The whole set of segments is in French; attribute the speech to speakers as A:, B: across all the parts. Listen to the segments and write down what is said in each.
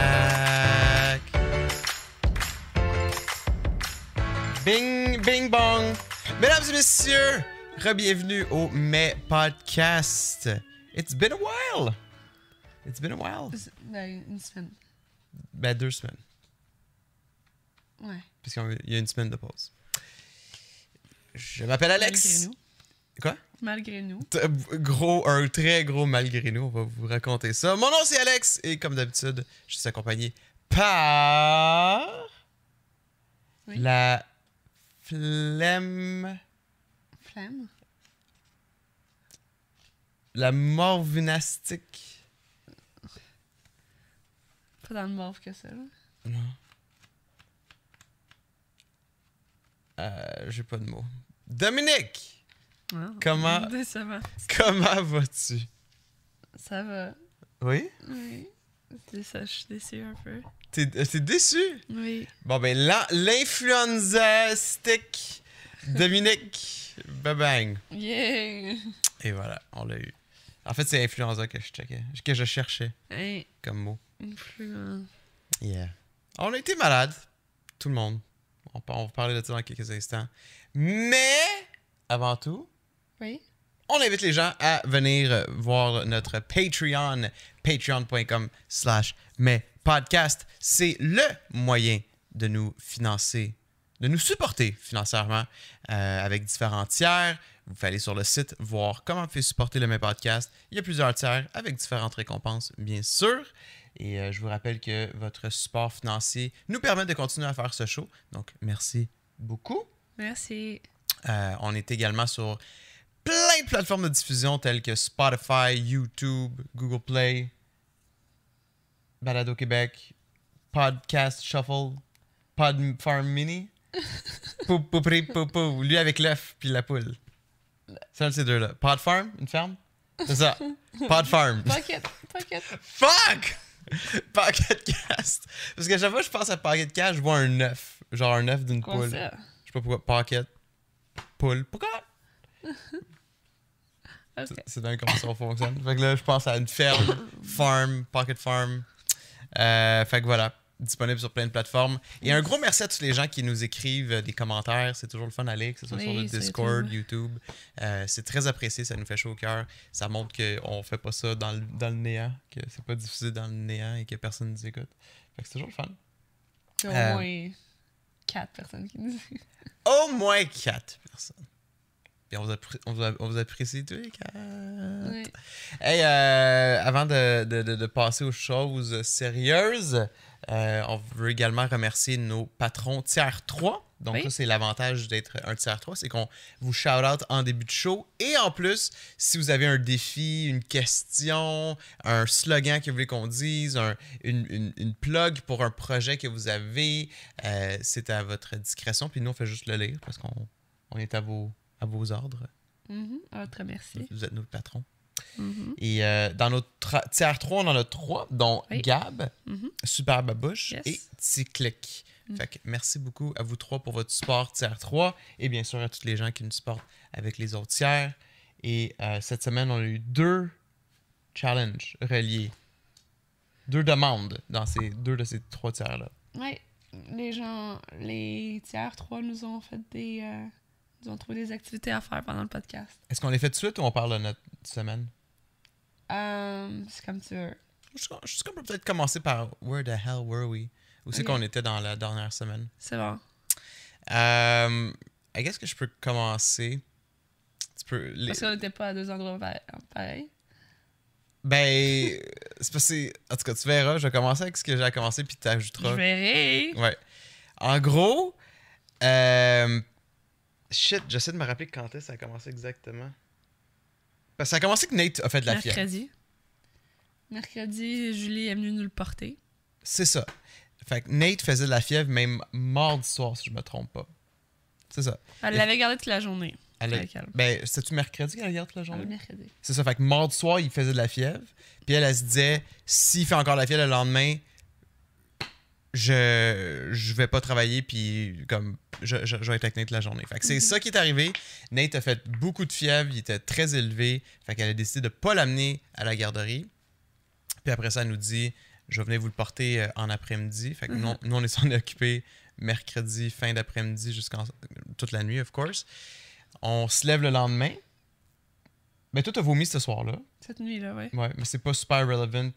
A: back. Bing, bing, bong. Mesdames et messieurs, re-bienvenue au Mai Podcast. It's been a while. It's been a while.
B: Ben, une semaine.
A: Ben, deux semaines.
B: Ouais.
A: Parce qu'il y a une semaine de pause. Je m'appelle Alex.
B: Malgré nous.
A: Quoi?
B: Malgré nous.
A: T- gros, un très gros malgré nous. On va vous raconter ça. Mon nom, c'est Alex. Et comme d'habitude, je suis accompagné par.
B: Oui.
A: La flemme.
B: Flemme.
A: La morvinastique.
B: Pas dans le mauve que ça, là.
A: Euh, J'ai pas de mots. Dominique,
B: Non.
A: Comment-
B: Décevant.
A: comment vas-tu?
B: Ça va.
A: Oui.
B: Oui. C'est ça, je suis déçue un peu.
A: T'es euh, t'es déçu?
B: Oui.
A: Bon, ben, l'in- l'influenza-stick. Dominique, babang.
B: Yeah!
A: Et voilà, on l'a eu. En fait, c'est influenza que je checkais, que je cherchais
B: Hey, hein.
A: comme mot.
B: influence.
A: Yeah. On a été malade, tout le monde. On, pa- on va parler de ça dans quelques instants. Mais, avant tout,
B: Oui?
A: on invite les gens à venir euh, voir notre Patreon, patreon.com slash mais podcast. C'est le moyen de nous financer, de nous supporter financièrement euh, avec différents tiers. Vous pouvez aller sur le site voir comment vous pouvez supporter le mes podcast. Il y a plusieurs tiers avec différentes récompenses, bien sûr. Et euh, je vous rappelle que votre support financier nous permet de continuer à faire ce show. Donc, merci beaucoup.
B: Merci.
A: Euh, on est également sur plein de plateformes de diffusion telles que Spotify, YouTube, Google Play, Balado Québec, Podcast Shuffle, Pod Farm Mini, Pou pou pri, pou, pou. lui avec l'œuf puis la poule. C'est un de ces deux-là. Pod Farm, une ferme? C'est ça. Pod Farm.
B: Pocket, pocket.
A: Fuck! Pocket Cast. Parce que chaque fois que je pense à Pocket Cast, je vois un œuf. Genre un œuf d'une
B: Quoi
A: poule.
B: ça?
A: Je sais pas pourquoi. Pocket. Poule. Pourquoi?
B: Ok.
A: C'est- C'est dingue comment ça fonctionne. Fait que là, je pense à une ferme, farm, pocket farm. Euh, fait que voilà, disponible sur plein de plateformes. Et un gros merci à tous les gens qui nous écrivent euh, des commentaires. C'est toujours le fun d'aller, que ce soit sur
B: Oui,
A: le
B: sur
A: Discord, YouTube. Euh, c'est très apprécié, ça nous fait chaud au cœur. Ça montre qu'on fait pas ça dans le, dans le néant, que c'est pas diffusé dans le néant et que personne nous écoute. Fait que c'est toujours le fun.
B: Il y
A: Euh.
B: a au moins quatre personnes qui nous écoutent.
A: Au moins quatre personnes. Puis on vous, appré- on vous a- on vous apprécie tous les quatre.
B: Oui.
A: Hey, euh, avant de, de- de- de passer aux choses sérieuses, euh, on veut également remercier nos patrons tiers 3. Donc,
B: Oui.
A: ça, c'est l'avantage d'être un tiers 3, c'est qu'on vous shout-out en début de show. Et en plus, si vous avez un défi, une question, un slogan que vous voulez qu'on dise, un- une, une- une plug pour un projet que vous avez, euh, c'est à votre discrétion. Puis nous, on fait juste le lire parce qu'on on est à vos, à vos ordres.
B: Mhm. Ah, très merci.
A: Vous êtes nos patrons.
B: Mhm.
A: Et euh, dans notre tra- tiers 3, on en a trois, dont
B: Oui.
A: Gab,
B: Mhm.
A: Super Babouche
B: Yes. Mm.
A: et Ticlic. Fait que merci beaucoup à vous trois pour votre support tiers 3 et bien sûr à tous les gens qui nous supportent avec les autres tiers. Et euh, cette semaine, on a eu deux challenges reliés, deux demandes dans ces deux de ces trois tiers-là.
B: Ouais, les gens, les tiers 3 nous ont fait des. euh, nous ont trouvé des activités à faire pendant le podcast.
A: Est-ce qu'on les fait tout de suite ou on parle de notre semaine?
B: Euh, c'est comme tu veux.
A: Je je pense qu'on peut peut-être commencer par Where the hell were we? Où c'est
B: Ok.
A: qu'on était dans la dernière semaine?
B: C'est bon.
A: Euh, I guess que je peux commencer. Tu peux. les-
B: Parce qu'on n'était pas à deux endroits pa- pareils.
A: Ben, c'est parce que. En tout cas, tu verras. Je vais commencer avec ce que j'ai commencé, puis tu
B: Je
A: ajouteras.
B: verrai.
A: Ouais. En gros, euh, shit, j'essaie de me rappeler quand est-ce que ça a commencé exactement. Parce que ça a commencé que Nate a fait de la fièvre.
B: Mercredi. Mercredi, Julie est venue nous le porter.
A: C'est ça. Fait que Nate faisait de la fièvre même mardi soir, si je me trompe pas. C'est ça.
B: Elle
A: Et-
B: l'avait gardé toute la journée.
A: Elle a-
B: Très calme.
A: Ben, c'était-tu mercredi qu'elle a hier toute la journée?
B: Le mercredi.
A: C'est ça, fait que mardi soir, il faisait de la fièvre. Puis elle, elle se disait, s'il fait encore de la fièvre le lendemain, je, je vais pas travailler, puis comme, je, je- je vais être avec Nate la journée. Fait que c'est
B: Mhm.
A: ça qui est arrivé. Nate a fait beaucoup de fièvre, il était très élevé. Fait qu'elle a décidé de pas l'amener à la garderie. Puis après ça, elle nous dit Je vais venir vous le porter euh, en après-midi. Fait que nous, on- nous, on est s'en occupé mercredi, fin d'après-midi, jusqu'en toute la nuit, of course. On se lève le lendemain. Mais toi, t'as vomi ce soir-là.
B: Cette nuit-là, ouais.
A: Ouais, mais c'est pas super relevant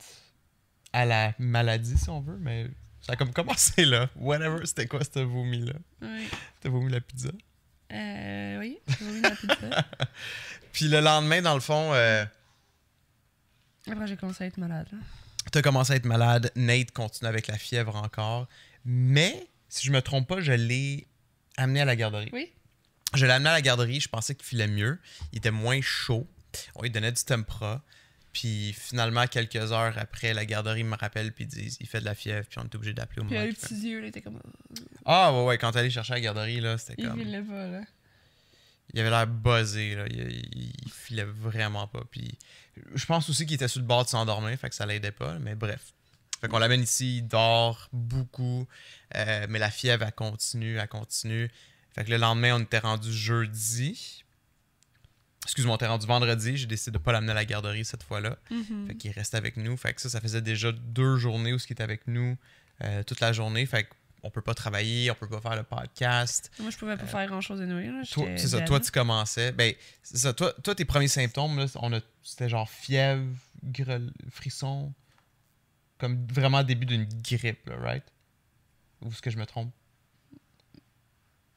A: à la maladie, si on veut, mais ça a comme commencé là. Whatever, c'était quoi ce vomi-là?
B: Oui.
A: T'as vomi la pizza?
B: Euh, oui, j'ai vomi de la pizza.
A: Puis le lendemain, dans le fond, euh,
B: Après, j'ai commencé à être malade. là.
A: t'as commencé à être malade. Nate continue avec la fièvre encore. Mais, si je me trompe pas, je l'ai amené à la garderie.
B: Oui.
A: Je l'ai amené à la garderie, je pensais qu'il filait mieux. Il était moins chaud. On lui donnait du Tempra. Puis finalement, quelques heures après, la garderie me rappelle puis disent il fait de la fièvre, puis on est obligé d'appeler au
B: Puis
A: moment.
B: elle, les
A: qu'il fait-
B: petits yeux, là, était comme. oh.
A: Ah ouais, ouais, quand t'allais chercher à la garderie, là, c'était
B: Il
A: comme.
B: filait pas, là.
A: Il avait l'air buzzé, là. Il, il- il filait vraiment pas. Puis je pense aussi qu'il était sur le bord de s'endormir, fait que ça l'aidait pas, mais bref. Fait qu'on l'amène ici, il dort beaucoup, euh, mais la fièvre, elle continue, elle continue. Fait que le lendemain, on était rendu jeudi. Excuse-moi, on était rendu vendredi. J'ai décidé de pas l'amener à la garderie cette fois-là.
B: Mhm.
A: Fait qu'il reste avec nous. Fait que ça, ça faisait déjà deux journées où ce qu'il était avec nous euh, toute la journée. Fait qu'on peut pas travailler, on peut pas faire le podcast.
B: Moi, je pouvais pas faire grand-chose de nouer, là.
A: Euh, Toi-
B: J'étais
A: C'est ça,
B: dead,
A: toi
B: là.
A: tu commençais. Ben, c'est ça, toi, toi, tes premiers symptômes, là, on a, c'était genre fièvre, grel- frisson, comme vraiment début d'une grippe, là, right? Ou est-ce que je me trompe?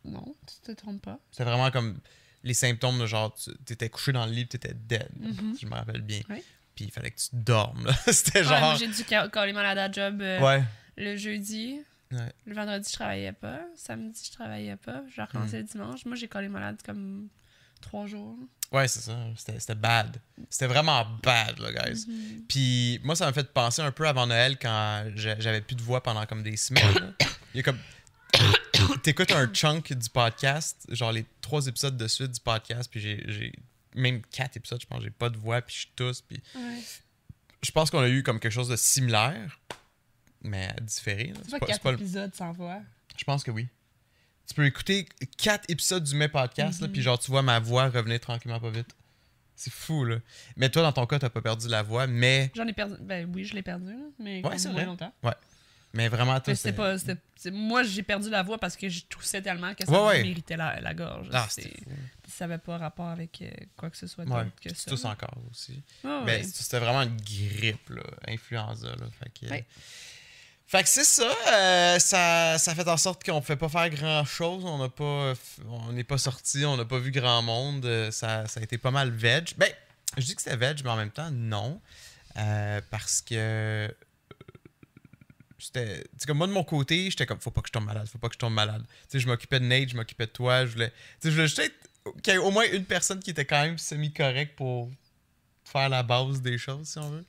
B: Non, tu te trompes pas.
A: C'était vraiment comme les symptômes de genre, tu t'étais couché dans le lit, puis t'étais dead,
B: Mhm.
A: si je me rappelle bien.
B: Ouais.
A: Puis il fallait que tu dormes, là. C'était
B: Ouais, moi,
A: genre.
B: j'ai dû ca- coller malade à la job euh,
A: Ouais.
B: le jeudi.
A: Ouais.
B: Le vendredi, je travaillais pas. Samedi, je travaillais pas. Je recommençais le dimanche. Moi, j'ai collé malade comme trois jours.
A: Ouais, c'est ça. C'était c'était bad. C'était vraiment bad, là, guys.
B: Mhm.
A: Puis moi, ça m'a fait penser un peu avant Noël quand j'a- j'avais plus de voix pendant comme des semaines. là. Il y a comme. T'écoutes un chunk du podcast, genre les trois épisodes de suite du podcast, puis j'ai- j'ai. Même quatre épisodes, je pense, j'ai pas de voix, puis je tousse, puis.
B: Ouais.
A: Je pense qu'on a eu comme quelque chose de similaire, mais différé. là. C'est
B: C'est pas
A: pas- c'est
B: quatre
A: pas le-
B: épisodes sans voix.
A: Je pense que oui. Tu peux écouter quatre épisodes du mes podcast, là,
B: Mhm.
A: puis genre tu vois ma voix revenir tranquillement pas vite. C'est fou, là. Mais toi, dans ton cas, t'as pas perdu la voix, mais.
B: J'en ai perdu. Ben oui, je l'ai perdu, là, mais
A: Ouais,
B: comme
A: c'est
B: moins
A: vrai.
B: longtemps.
A: Mais vraiment, toi,
B: Mais c'était pas. c'était- c'est- Moi, j'ai perdu la voix parce que je toussais tellement que ça
A: Ouais,
B: me
A: ouais.
B: méritait la, la gorge.
A: Ah,
B: C'est-
A: c'était fou.
B: Ça n'avait pas rapport avec euh, quoi que ce soit
A: Ouais,
B: d'autre que
A: puis tu
B: ça.
A: tousses encore aussi.
B: Ah,
A: Mais
B: ouais.
A: Ben, c'était vraiment une grippe, là, influenza. Là, fait que,
B: Ouais.
A: Fait que c'est ça, euh, ça. Ça fait en sorte qu'on ne fait pas faire grand-chose. On n'a pas, on n'est pas sorti, on n'a pas vu grand monde. euh, Ça, ça a été pas mal veg. Ben, je dis que c'était veg, mais en même temps, non. Euh, parce que. euh, C'était. tu sais, comme moi, de mon côté, j'étais comme, faut pas que je tombe malade, faut pas que je tombe malade. Tu sais, je m'occupais de Nate, je m'occupais de toi. Je voulais, tu sais, je voulais juste être- qu'il y ait au moins une personne qui était quand même semi-correcte pour faire la base des choses, si on veut.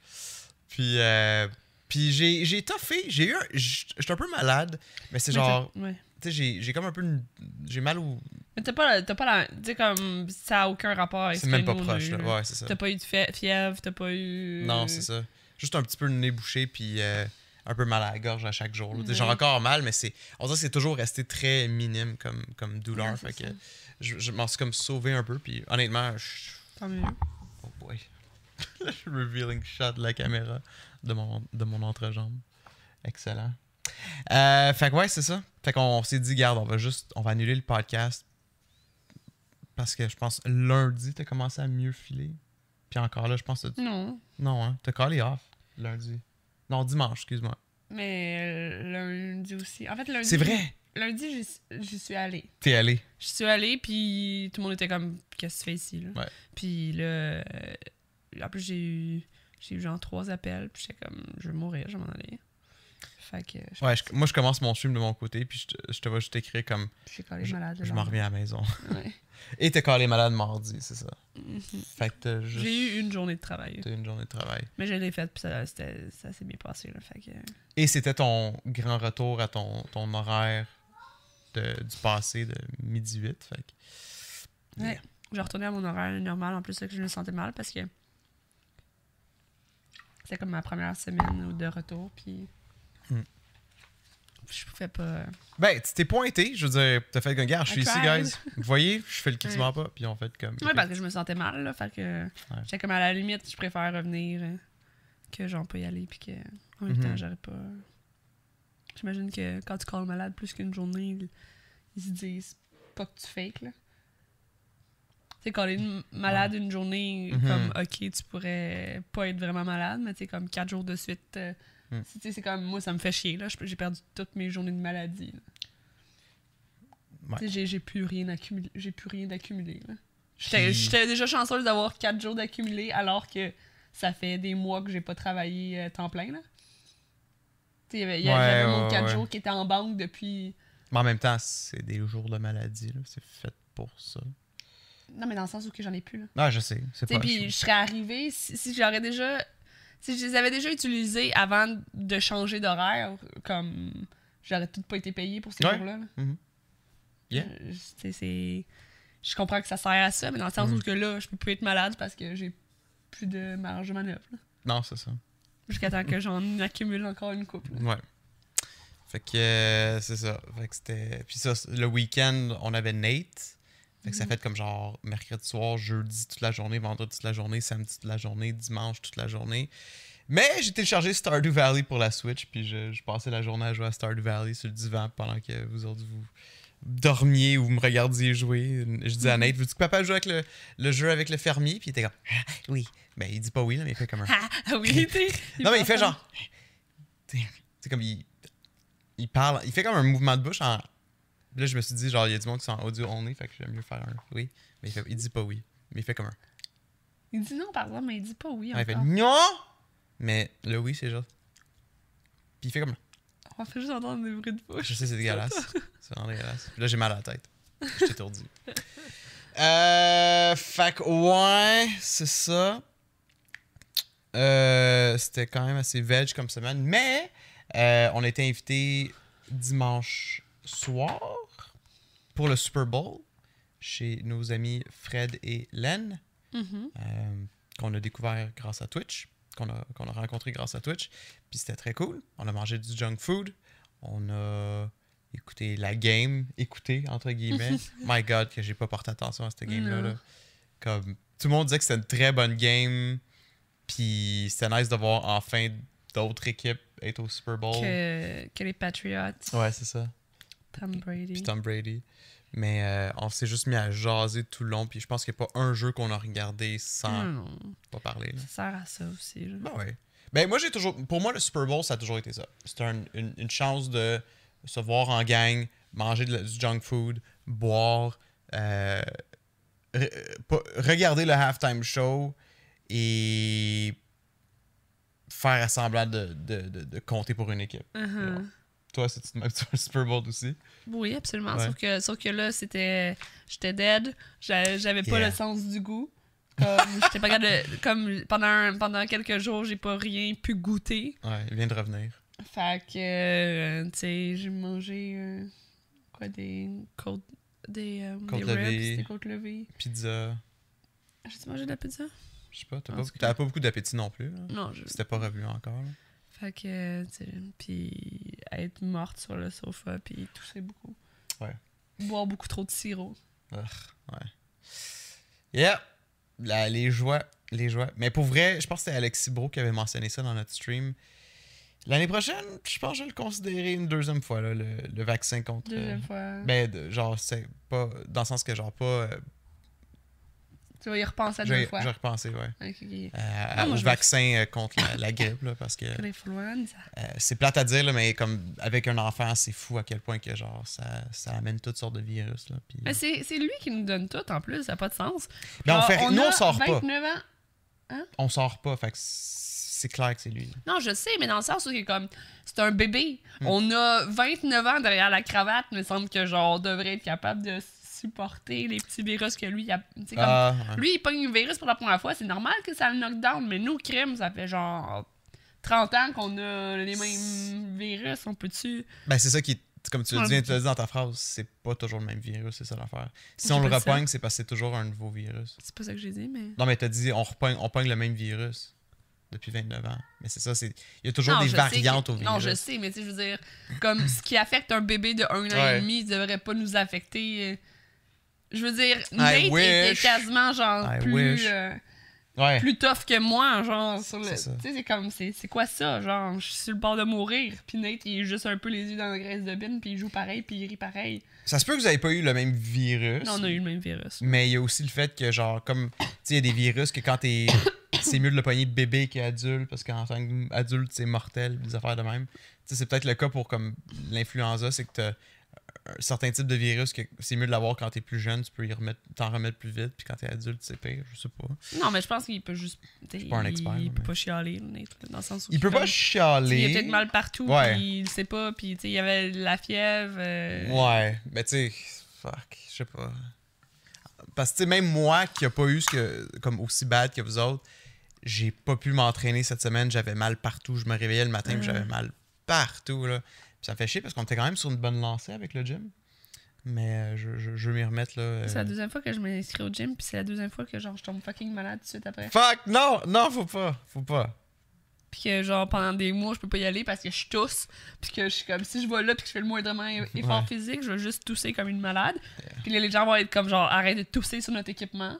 A: Puis, euh, puis j'ai, j'ai toffé. J'ai eu un- j- J'étais un peu malade, mais c'est
B: Mais
A: genre.
B: t'as- ouais.
A: Tu sais, j'ai, j'ai comme un peu. une- J'ai mal au.
B: Mais t'as pas, la- t'as pas la. Tu sais, comme. Ça a aucun rapport avec
A: C'est
B: ce que
A: même pas
B: nous, on a
A: proche,
B: eu,
A: là.
B: là.
A: Ouais, c'est ça.
B: T'as pas eu de fie- fièvre, t'as pas eu.
A: Non, c'est ça. Juste un petit peu le nez bouché, puis euh, un peu mal à la gorge à chaque jour. là. Tu sais,
B: Ouais.
A: J'ai encore mal, mais c'est. On dirait que c'est toujours resté très minime comme, comme douleur.
B: Ouais, c'est
A: fait que
B: ça.
A: je, je m'en suis comme sauvé un peu, puis honnêtement, je.
B: Tant mieux.
A: Oh boy. Là, je suis revealing shot de la caméra de mon, de mon entrejambe. Excellent. Euh, fait que ouais, c'est ça. Fait qu'on s'est dit, garde, on va juste, on va annuler le podcast. Parce que je pense lundi, t'as commencé à mieux filer. Puis encore là, je pense que t'as-
B: Non.
A: Non, hein, t'as callé off lundi. Non, dimanche, excuse-moi.
B: Mais euh, lundi aussi. En fait, lundi.
A: C'est vrai,
B: Lundi, j'y s- j'y suis allée.
A: t'es allé.
B: Je suis allée, puis tout le monde était comme, qu'est-ce que tu fais ici? Là?
A: Ouais.
B: Puis là, euh, en plus, j'ai eu, j'ai eu genre trois appels, puis j'étais comme, je vais mourir, je vais m'en aller. Fait que je,
A: Ouais, je- moi, je commence mon stream de mon côté, puis je te, je te vois juste écrire comme
B: je suis collée malade. le
A: je m'en
B: lendemain.
A: reviens à la maison.
B: Ouais.
A: Et t'es callé malade mardi, c'est ça.
B: Mhm.
A: Fait que t'as juste.
B: J'ai eu une journée de travail,
A: T'as une journée de travail.
B: mais je l'ai faite, puis ça, c'était- ça s'est bien passé. Là, fait que,
A: Et c'était ton grand retour à ton, ton horaire de- du passé de midi 8. Fait que-
B: Ouais.
A: Yeah.
B: Je retournais à mon horaire normal, en plus, là, que je me sentais mal, parce que c'était comme ma première semaine de retour, puis
A: Hmm.
B: je pouvais pas...
A: Ben, tu t'es pointé, je veux dire, t'as fait comme, gars, je suis
B: I
A: ici,
B: tried.
A: guys. Vous voyez, je fais le cri
B: Ouais.
A: du mort pas, puis on fait comme.
B: Oui, parce que je me sentais mal, là. Fait que j'étais comme à la limite, je préfère revenir euh, que genre pas y aller puis que en même
A: Mhm.
B: temps j'aurais pas j'imagine que quand tu calls malade plus qu'une journée ils, ils se disent pas que tu fakes là tu sais quand une malade une journée
A: Mhm.
B: comme ok tu pourrais pas être vraiment malade mais tu sais comme quatre jours de suite euh,
A: Mm.
B: tu sais c'est comme moi ça me fait chier là Je- j'ai perdu toutes mes journées de maladie là.
A: Ouais.
B: Tu sais, j'ai- j'ai plus rien accumulé j'ai plus rien d'accumulé là J'étais
A: Puis-
B: j'étais déjà chanceuse d'avoir 4 jours d'accumulé alors que ça fait des mois que j'ai pas travaillé euh, temps plein. là. Tu sais, Il y avait, il y
A: Ouais,
B: avait mon
A: ouais,
B: 4
A: ouais.
B: jours qui était en banque depuis.
A: Mais en même temps, c'est des jours de maladie, là. C'est fait pour ça.
B: Non, mais dans le sens où que j'en ai plus. Là.
A: Ah, je sais. C'est
B: Tu
A: pas.
B: sais, puis je serais arrivée, si, si j'aurais déjà. Si je les avais déjà utilisés avant de changer d'horaire, comme. J'aurais tout pas été payée pour ces
A: Ouais.
B: jours-là. là.
A: Mhm. Yeah.
B: Euh, je- tu sais, c'est- Je comprends que ça sert à ça, mais dans le sens
A: Mhm.
B: où que là, je peux plus être malade parce que j'ai plus de marge de manœuvre. là.
A: Non, c'est ça.
B: Jusqu'à temps que j'en accumule encore une couple.
A: Ouais. Fait que euh, c'est ça. Fait que c'était. Puis ça, c'est- le week-end, on avait Nate. Fait que ça
B: Mhm.
A: fait comme genre mercredi soir, jeudi toute la journée, vendredi toute la journée, samedi toute la journée, dimanche toute la journée. Mais j'ai téléchargé Stardew Valley pour la Switch, puis je, je passais la journée à jouer à Stardew Valley sur le divan pendant que vous autres vous dormiez ou me regardiez jouer. Je disais à Nate, veux-tu que papa joue avec le, le jeu avec le fermier? Puis il était comme, Ah, oui. Ben, il dit pas oui, là, mais il fait comme un.
B: Ah oui, t'es-
A: Non, mais il fait
B: pense-
A: genre. Tu sais, comme il. Il parle. Il fait comme un mouvement de bouche en. Là, je me suis dit, genre, il y a du monde qui sont en audio only, fait que j'aime mieux faire un oui. Mais il, fait- il dit pas oui. Mais il fait comme un.
B: Il dit non, par exemple, mais il dit pas oui.
A: Ah, il fait
B: encore.
A: non! Mais le oui, c'est genre. Puis il fait comme.
B: On fait juste entendre des bruits de bouche.
A: Je sais, c'est dégueulasse. C'est vraiment dégueulasse. Puis là, j'ai mal à la tête. Je suis étourdi. Euh, fait que, ouais, c'est ça. Euh, C'était quand même assez veg comme semaine. Mais euh, on a été invités dimanche soir pour le Super Bowl chez nos amis Fred et Len
B: Mhm.
A: euh, qu'on a découvert grâce à Twitch, qu'on a, qu'on a rencontré grâce à Twitch. Puis c'était très cool. On a mangé du junk food. On a écouté la game, écouté entre guillemets. My God, que j'ai pas porté attention à cette game-là.
B: Non.
A: là. Comme tout le monde disait que c'était une très bonne game. Puis c'était nice de voir enfin d'autres équipes être au Super Bowl.
B: Que, que les Patriots,
A: Oh. Ouais, c'est ça.
B: Tom Brady.
A: Puis Tom Brady. Mais euh, on s'est juste mis à jaser tout le long. Puis je pense qu'il n'y a pas un jeu qu'on a regardé sans
B: Ah, Non, non,
A: pas parler. là.
B: ça sert à ça aussi. là.
A: Ben ouais. Ben moi j'ai toujours. Pour moi, le Super Bowl, ça a toujours été ça. C'était un- une, une chance de se voir en gang, manger de la- du junk food, boire, euh, re- pas- regarder le halftime show et faire semblant de, de, de- de compter pour une équipe.
B: Uh-huh.
A: Toi, c'est tu sur le Super Bowl aussi.
B: Oui, absolument.
A: Ouais.
B: Sauf, que, sauf que là, c'était. J'étais dead. J'a- J'avais pas
A: Yeah.
B: le sens du goût. Comme, j'étais pas capable de- comme pendant, un- pendant quelques jours, j'ai pas rien pu goûter.
A: Ouais, il vient de revenir.
B: Fait que, euh, tu sais, j'ai mangé euh, quoi, des côtes, des, euh,
A: Côtes
B: des
A: levées.
B: ribs, des côtes levées.
A: Pizza.
B: J'ai-tu mangé de la pizza?
A: Je sais pas, t'as
B: En
A: pas,
B: tout cas.
A: t'avais pas beaucoup d'appétit non plus. là.
B: Non, je...
A: C'était pas revenu encore. là.
B: Fait que, tu sais, puis être morte sur le sofa, puis tousser beaucoup.
A: Ouais.
B: Boire beaucoup trop de sirop.
A: Ugh, ouais. Yeah! La- les joies, les joies. Mais pour vrai, je pense que c'était Alexis Bro qui avait mentionné ça dans notre stream. L'année prochaine, je pense que je vais le considérer une deuxième fois, là, le, le vaccin contre.
B: Deuxième fois.
A: Mais genre, c'est pas. Dans le sens que, genre, pas. euh,
B: Tu vas y repenser à
A: je vais
B: deux
A: je
B: fois.
A: vais repenser, ouais.
B: Ok, ok.
A: euh, à-
B: moi,
A: au
B: je vais-
A: vaccin euh, contre la, la grippe, là, parce que
B: L'influenza.
A: euh, c'est plate à dire, là, mais comme avec un enfant, c'est fou à quel point que, genre, ça, ça amène toutes sortes de virus. Là, puis-
B: Mais c'est c'est lui qui nous donne tout, en plus. Ça n'a pas de sens.
A: Mais Ben, on
B: Genre,
A: fait, nous,
B: a
A: on sort pas.
B: 29 ans.
A: On sort pas, fait que c'est clair que c'est lui. là.
B: Non, je sais, mais dans le sens où c'est comme c'est un bébé. On a 29 ans derrière la cravate, me semble que genre on devrait être capable de supporter les petits virus que lui il a. tu sais, Comme,
A: Ah, ouais.
B: Lui, il pogne un virus pour la première fois, c'est normal que ça le knock down, mais nous, crime, ça fait genre 30 ans qu'on a les mêmes virus, on peut-tu.
A: Ben, c'est ça qui. Comme tu
B: Ouais,
A: viens de
B: Ah, ok.
A: te le dire dans ta phrase, c'est pas toujours le même virus, c'est ça l'affaire. Si
B: J'ai
A: on le
B: pas ça.
A: repogne, c'est parce que c'est toujours un nouveau virus.
B: C'est pas ça que j'ai dit, mais.
A: Non, mais t'as dit, on repogne, on pogne le même virus depuis 29 ans. Mais c'est ça, c'est. Il y a toujours
B: Non,
A: des
B: je sais
A: variantes
B: que-
A: au virus.
B: Non, je sais, mais tu sais, je veux dire, comme ce qui affecte un bébé de 1 an
A: Ouais.
B: et demi, ça devrait pas nous affecter. euh, Je veux dire,
A: I
B: Nate était
A: wish.
B: quasiment genre
A: I
B: plus.
A: wish.
B: euh,
A: Ouais.
B: plus tough que moi, genre, sur le.
A: C'est
B: Tu
A: ça.
B: sais, c'est comme, c'est c'est quoi ça? Genre, je suis sur le bord de mourir, puis Nate, il est juste un peu les yeux dans la graisse de bine, puis il joue pareil, puis il rit pareil.
A: Ça se peut que vous n'ayez pas eu le même virus.
B: Non, on a eu le même virus.
A: Mais il y a aussi le fait que, genre, comme, tu sais, il y a des virus que quand t'es. c'est mieux de le pogner bébé qu'adulte, parce qu'en tant qu'adulte, c'est mortel, des affaires de même. Tu sais, c'est peut-être le cas pour comme l'influenza, c'est que t'as un certain type de virus que c'est mieux de l'avoir quand t'es plus jeune, tu peux y remettre, t'en remettre plus vite, puis quand t'es adulte, c'est pire, je sais pas.
B: Non, mais je pense qu'il peut juste. Je
A: pas un expert,
B: Il,
A: là,
B: peut
A: mais-
B: pas chialer, Nate, là, dans le sens où.
A: Il peut pas
B: comme, tu sais,
A: chialer.
B: Il a peut-être mal partout,
A: Ouais.
B: puis il le sait pas, puis tu sais, il y avait la fièvre. euh,
A: Ouais, mais tu sais, fuck, je sais pas. Parce que tu sais, même moi qui a pas eu ce que, comme aussi bad que vous autres, j'ai pas pu m'entraîner cette semaine, j'avais mal partout, je me réveillais le matin, puis
B: Ah.
A: j'avais mal partout là. Puis ça me fait chier parce qu'on était quand même sur une bonne lancée avec le gym. Mais euh, je, je, je veux m'y remettre là. euh.
B: C'est la deuxième fois que je m'inscris au gym, puis c'est la deuxième fois que genre je tombe fucking malade tout de suite après.
A: Fuck, non, non, faut pas, faut pas.
B: Puis que genre pendant des mois, je peux pas y aller parce que je tousse. Puis que je suis comme si je vais là, puis que je fais le moindrement e- effort
A: Ouais.
B: physique, je vais juste tousser comme une malade. Puis là, les gens vont être comme genre arrête de tousser sur notre équipement.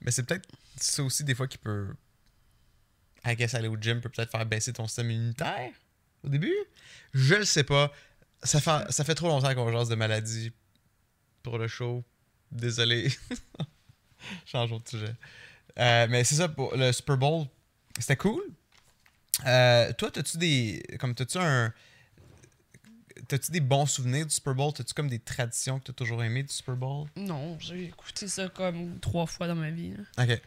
A: Mais c'est peut-être ça aussi des fois qui peut. I guess aller au gym peut peut-être faire baisser ton système immunitaire au début. Je le sais pas. Ça fait, ça fait trop longtemps qu'on jase de maladies pour le show. Désolé. Changeons de sujet. Euh, mais c'est ça, pour le Super Bowl, c'était cool. Euh, toi, t'as-tu des. Comme t'as-tu un. T'as-tu des bons souvenirs du Super Bowl? T'as-tu comme des traditions que t'as toujours aimées du Super Bowl?
B: Non, j'ai écouté ça comme trois fois dans ma vie. là.
A: Ok.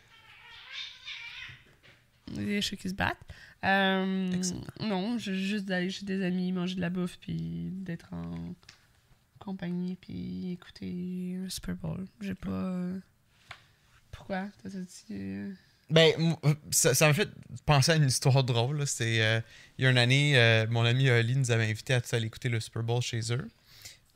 B: Des cheveux qui se battent. Euh,
A: Excellent.
B: non, j'ai juste d'aller chez des amis, manger de la bouffe, puis d'être en compagnie, puis écouter un Super Bowl. J'ai pas. euh, Pourquoi T'as t'as dit. euh,
A: Ben, m- ça, ça m'a fait penser à une histoire drôle. là. C'est, euh, il y a une année, euh, mon ami Oli nous avait invités à tous aller écouter le Super Bowl chez eux.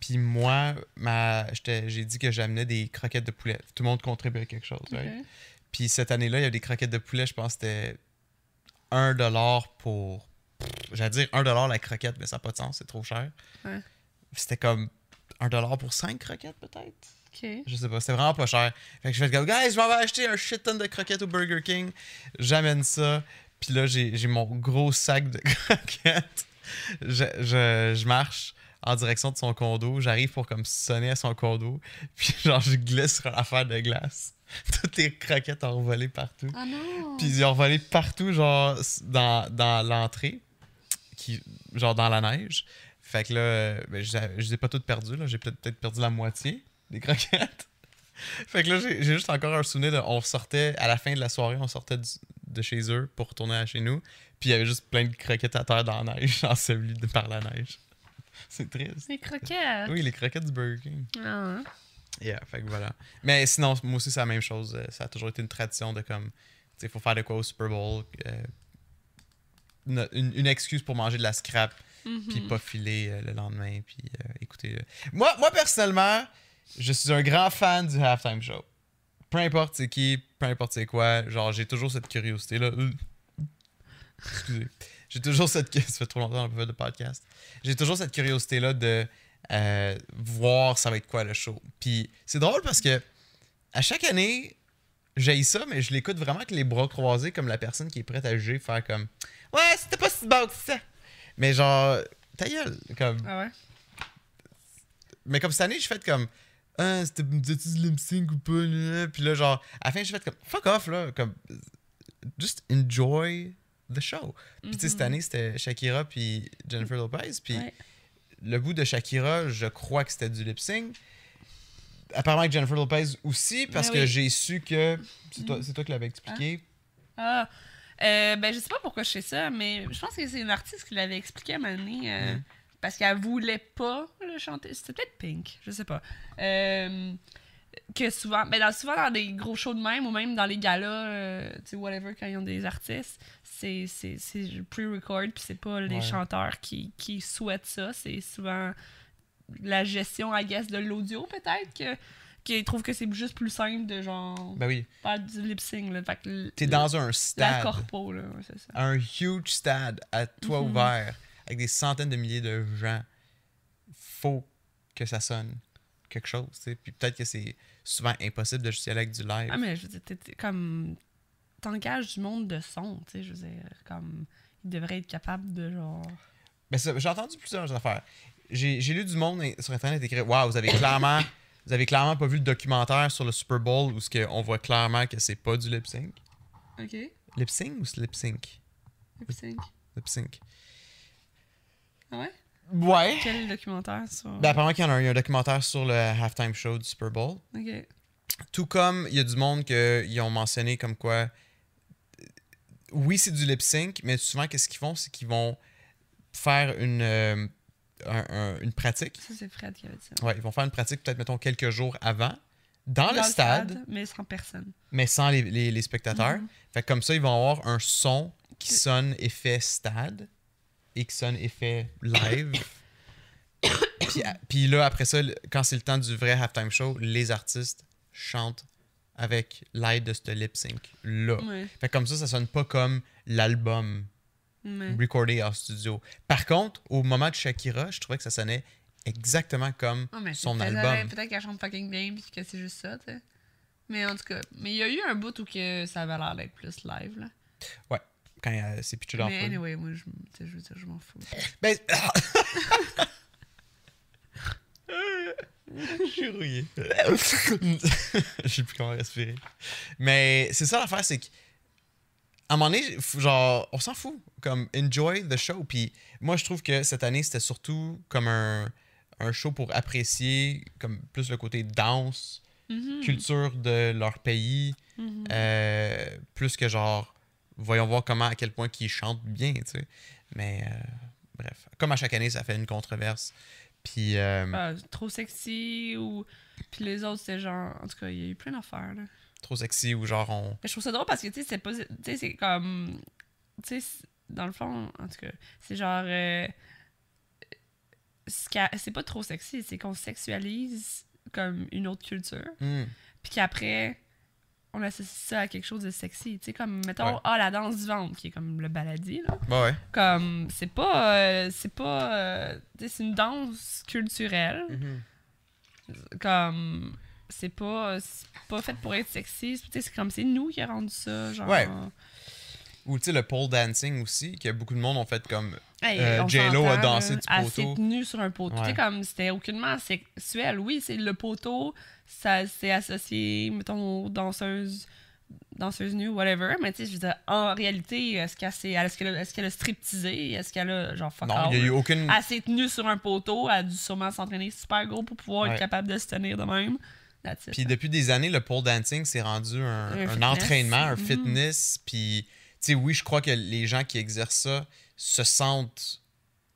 A: Puis moi, ma, j'étais- j'ai dit que j'amenais des croquettes de poulet. Tout le monde contribuait à quelque chose. right?
B: ok.
A: Puis cette année-là, il y a des croquettes de poulet, je pense que c'était 1$ dollar pour. J'allais dire 1$ dollar la croquette, mais ça n'a pas de sens, c'est trop cher.
B: Ouais.
A: C'était comme 1$ dollar pour 5 croquettes, peut-être.
B: Ok.
A: Je sais pas, c'était vraiment pas cher. Fait que je fais comme, guys, je m'en vais acheter un shit ton de croquettes au Burger King. J'amène ça. Puis là, j'ai j'ai mon gros sac de croquettes. Je, je- je marche en direction de son condo. J'arrive pour comme sonner à son condo. Puis genre, je glisse sur l'affaire de glace. Toutes les croquettes ont volé partout.
B: Ah non!
A: Puis ils ont volé partout, genre, s- dans, dans l'entrée, qui, genre dans la neige. Fait que là, euh, ben, je je les ai pas toutes perdues, là. J'ai peut-être peut-être perdu la moitié des croquettes. fait que là, j'ai j'ai juste encore un souvenir de. On sortait, à la fin de la soirée, on sortait du- de chez eux pour retourner à chez nous. Puis il y avait juste plein de croquettes à terre dans la neige, ensevelies de par la neige. C'est triste.
B: C'est croquettes!
A: Oui, les croquettes du Burger King.
B: Ah,
A: Yeah, fait que voilà. Mais sinon, moi aussi, c'est la même chose. Euh, Ça a toujours été une tradition de comme, tu sais, faut faire de quoi au Super Bowl. euh, une, une- une excuse pour manger de la scrap,
B: Mhm.
A: puis pas filer euh, le lendemain, puis euh, écouter. euh. Moi, moi, personnellement, je suis un grand fan du halftime show. Peu importe c'est qui, peu importe c'est quoi, genre, j'ai toujours cette curiosité-là. Euh. Excusez. J'ai toujours cette. Ça fait trop longtemps qu'on n'a pas fait de podcast. J'ai toujours cette curiosité-là de euh, voir ça va être quoi le show. Puis c'est drôle parce que à chaque année, j'ai ça, mais je l'écoute vraiment avec les bras croisés, comme la personne qui est prête à juger, faire comme Ouais, c'était pas si bon que ça. Mais genre, ta gueule. Comme,
B: ah ouais?
A: mais comme cette année, j'ai fait comme Ah, c'était disais-tu du lip sync ou pas là? Puis là, genre, à la fin, j'ai fait comme Fuck off, là. Comme, just enjoy the show. Puis tu sais,
B: Mm-hmm.
A: cette année, c'était Shakira puis Jennifer Lopez. Puis
B: Mhm. Ouais.
A: le bout de Shakira, je crois que c'était du lip sync. Apparemment que Jennifer Lopez aussi, parce
B: Ah
A: que
B: oui.
A: j'ai su que. C'est toi, c'est toi qui l'avais expliqué.
B: Ah! Euh, ben, je sais pas pourquoi je sais ça, mais je pense que c'est une artiste qui l'avait expliqué à Mané. euh,
A: Mm.
B: Parce qu'elle voulait pas le chanter. C'était peut-être Pink, je sais pas. Euh, que souvent, ben dans, souvent dans des gros shows de même ou même dans les galas, euh, tu sais, whatever, quand ils ont des artistes, c'est c'est- c'est pre-record, puis c'est pas les
A: Ouais.
B: chanteurs qui, qui souhaitent ça. C'est souvent la gestion, I guess, de l'audio, peut-être, que qu'ils trouvent que c'est juste plus simple de genre
A: Ben oui.
B: faire du lip sync. Là, fait que l-
A: T'es dans un
B: la
A: stade.
B: corpo, là, ouais, c'est ça.
A: un huge stade à toit
B: Mhm.
A: ouvert avec des centaines de milliers de gens, faut que ça sonne quelque chose, tu sais. Puis peut-être que c'est souvent impossible de justifier avec du live.
B: Ah, mais je veux dire, t'es- t'es comme. T'engages du monde de son, tu sais, je veux dire, comme. Il devrait être capable de genre.
A: Ben, ça, j'ai entendu plusieurs affaires. J'ai, j'ai lu du monde in- sur Internet écrit Waouh, vous avez clairement. Vous avez clairement pas vu le documentaire sur le Super Bowl où ce que on voit clairement que c'est pas du lip sync.
B: Ok,
A: Lip sync ou slip sync
B: Lip Sync.
A: Lip sync.
B: Ah ouais?
A: Ouais.
B: Quel documentaire sur.
A: Ben, apparemment qu'il y en a un, il y a un documentaire sur le halftime show du Super Bowl.
B: Ok.
A: Tout comme il y a du monde qu'ils ont mentionné comme quoi. euh, Oui, c'est du lip sync, mais souvent, qu'est-ce qu'ils font C'est qu'ils vont faire une, euh, un- un- une pratique.
B: Ça, c'est Fred qui avait dit ça.
A: Ouais, ils vont faire une pratique peut-être, mettons, quelques jours avant, dans, le, stade,
B: Mais sans personne.
A: mais sans les, les- les spectateurs.
B: Mhm.
A: Fait que comme ça, ils vont avoir un son qui
B: Ok.
A: sonne effet stade et qui sonne effet live. puis, à- puis là, après ça, le- quand c'est le temps du vrai halftime show, les artistes chantent avec l'aide de ce lip sync là.
B: Ouais.
A: Fait que comme ça, ça sonne pas comme l'album
B: Mais.
A: recordé en studio. Par contre, au moment de Shakira, je trouvais que ça sonnait exactement comme
B: Ah, mais c'est
A: son
B: peut-être-
A: album.
B: Peut-être qu'elle chante fucking bien puis que c'est juste ça, tu sais. Mais en tout cas, mais il y a eu un bout où que ça avait l'air d'être plus live, là.
A: quand euh, c'est pitché dans le
B: mais
A: feu.
B: anyway, moi, je, tu sais, je veux dire, je m'en fous.
A: Ben, ah! je suis rouillé. Je sais plus comment respirer. Mais c'est ça l'affaire, c'est que. À un moment donné, faut- genre, on s'en fout. Comme, enjoy the show. Puis moi, je trouve que cette année, c'était surtout comme un, un show pour apprécier comme plus le côté danse,
B: Mhm.
A: Mm. culture de leur pays,
B: Mhm.
A: euh, plus que genre, voyons voir comment, à quel point qu'ils chantent bien, tu sais. Mais euh, bref, comme à chaque année, ça fait une controverse. Puis, euh,
B: Ah, trop sexy ou. Puis les autres, c'est genre. En tout cas, il y a eu plein d'affaires, là.
A: trop sexy ou genre on.
B: Mais je trouve ça drôle parce que, tu sais, c'est pas. Tu sais, c'est comme. Tu sais, c'est- dans le fond, en tout cas, c'est genre. euh, ce qu'a- C'est pas trop sexy, c'est qu'on sexualise comme une autre culture.
A: Hmm.
B: Puis qu'après, on associe ça à quelque chose de sexy. Tu sais, comme, mettons,
A: Ouais.
B: ah, la danse du ventre, qui est comme le baladi, là.
A: Bah ouais.
B: Comme, c'est pas. euh, c'est pas. euh, tu sais, c'est une danse culturelle. Comme. C'est pas, c'est pas fait pour être sexy. Tu sais, C'est comme c'est nous qui a rendu ça. Genre,
A: Ouais. Ou tu sais, le pole dancing aussi, que beaucoup de monde ont fait comme.
B: Hey,
A: Euh,
B: on
A: J.Lo a
B: s'entend,
A: dansé
B: là,
A: du
B: elle
A: poteau.
B: s'est tenue sur un poteau. Tu
A: Ouais.
B: sais, comme c'était aucunement sexuel. Oui, c'est le poteau, ça s'est associé, mettons, aux danseuses, danseuses nues, whatever. Mais tu sais, je veux dire, en réalité, est-ce qu'elle s'est- est-ce qu'elle a, est-ce qu'elle a stripteasé? Est-ce qu'elle a, genre, fuck
A: non,
B: all,
A: il n'y a eu
B: là.
A: aucune.
B: Elle s'est tenue sur un poteau, elle a dû sûrement s'entraîner super gros pour pouvoir
A: Ouais.
B: être capable de se tenir de même. That's it.
A: Puis depuis des années, le pole dancing s'est rendu un, un
B: fitness.
A: entraînement, un
B: Mhm.
A: fitness. Puis, tu sais, oui, je crois que les gens qui exercent ça se sentent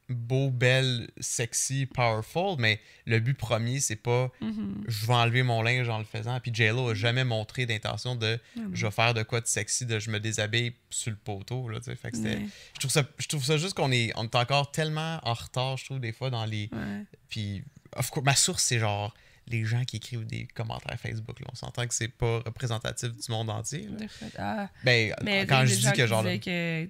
A: beaux, belles, sexy, powerful, mais le but premier, c'est pas
B: Mhm.
A: je vais enlever mon linge en le faisant. Puis JLo a
B: Mm.
A: jamais montré d'intention de
B: Non,
A: je vais faire de quoi de sexy, de je me déshabille sur le poteau. Là, tu sais. fait que c'était-
B: mais-
A: je, trouve ça, je trouve ça juste qu'on est, on est encore tellement en retard, je trouve, des fois, dans les.
B: ouais.
A: Puis, of course, ma source, c'est genre les gens qui écrivent des commentaires Facebook. là. On s'entend que c'est pas représentatif du monde entier. là.
B: De fait, ah.
A: Ben,
B: Mais
A: quand
B: tu
A: je
B: sais, des
A: dis
B: gens
A: que
B: qui
A: genre.
B: disaient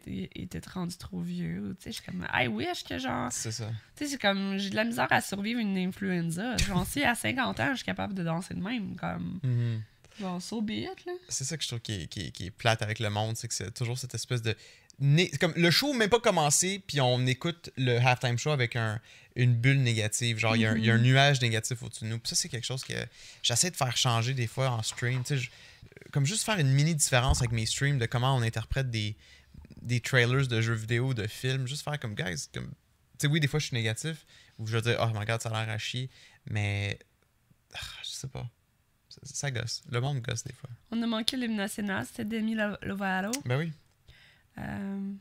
B: qu'il était rendu trop vieux, ou tu sais, je suis comme, I wish que genre.
A: C'est ça.
B: Tu sais, c'est comme, j'ai de la misère à survivre une influenza. Genre, si à 50 ans, je suis capable de danser de même, comme,
A: Mhm.
B: bon, so be it, là.
A: C'est ça que je trouve qui est, qui est- qui est plate avec le monde, c'est que c'est toujours cette espèce de. né- Comme le show n'a même pas commencé, puis on écoute le halftime show avec un- une bulle négative. Genre, il y a un- il y, a un nuage négatif au-dessus de nous. Puis ça, c'est quelque chose que j'essaie de faire changer des fois en stream. Tu sais, je- comme juste faire une mini différence avec mes streams de comment on interprète des, des trailers de jeux vidéo, de films. Juste faire comme, guys, comme. Tu sais, oui, des fois, je suis négatif, ou je vais dire, oh my god, ça a l'air à chier, mais. ah, je sais pas. Ça, ça gosse. Le monde gosse des fois.
B: On a manqué l'hymne national, c'était Demi Lo- Lovato.
A: Ben oui.
B: euh,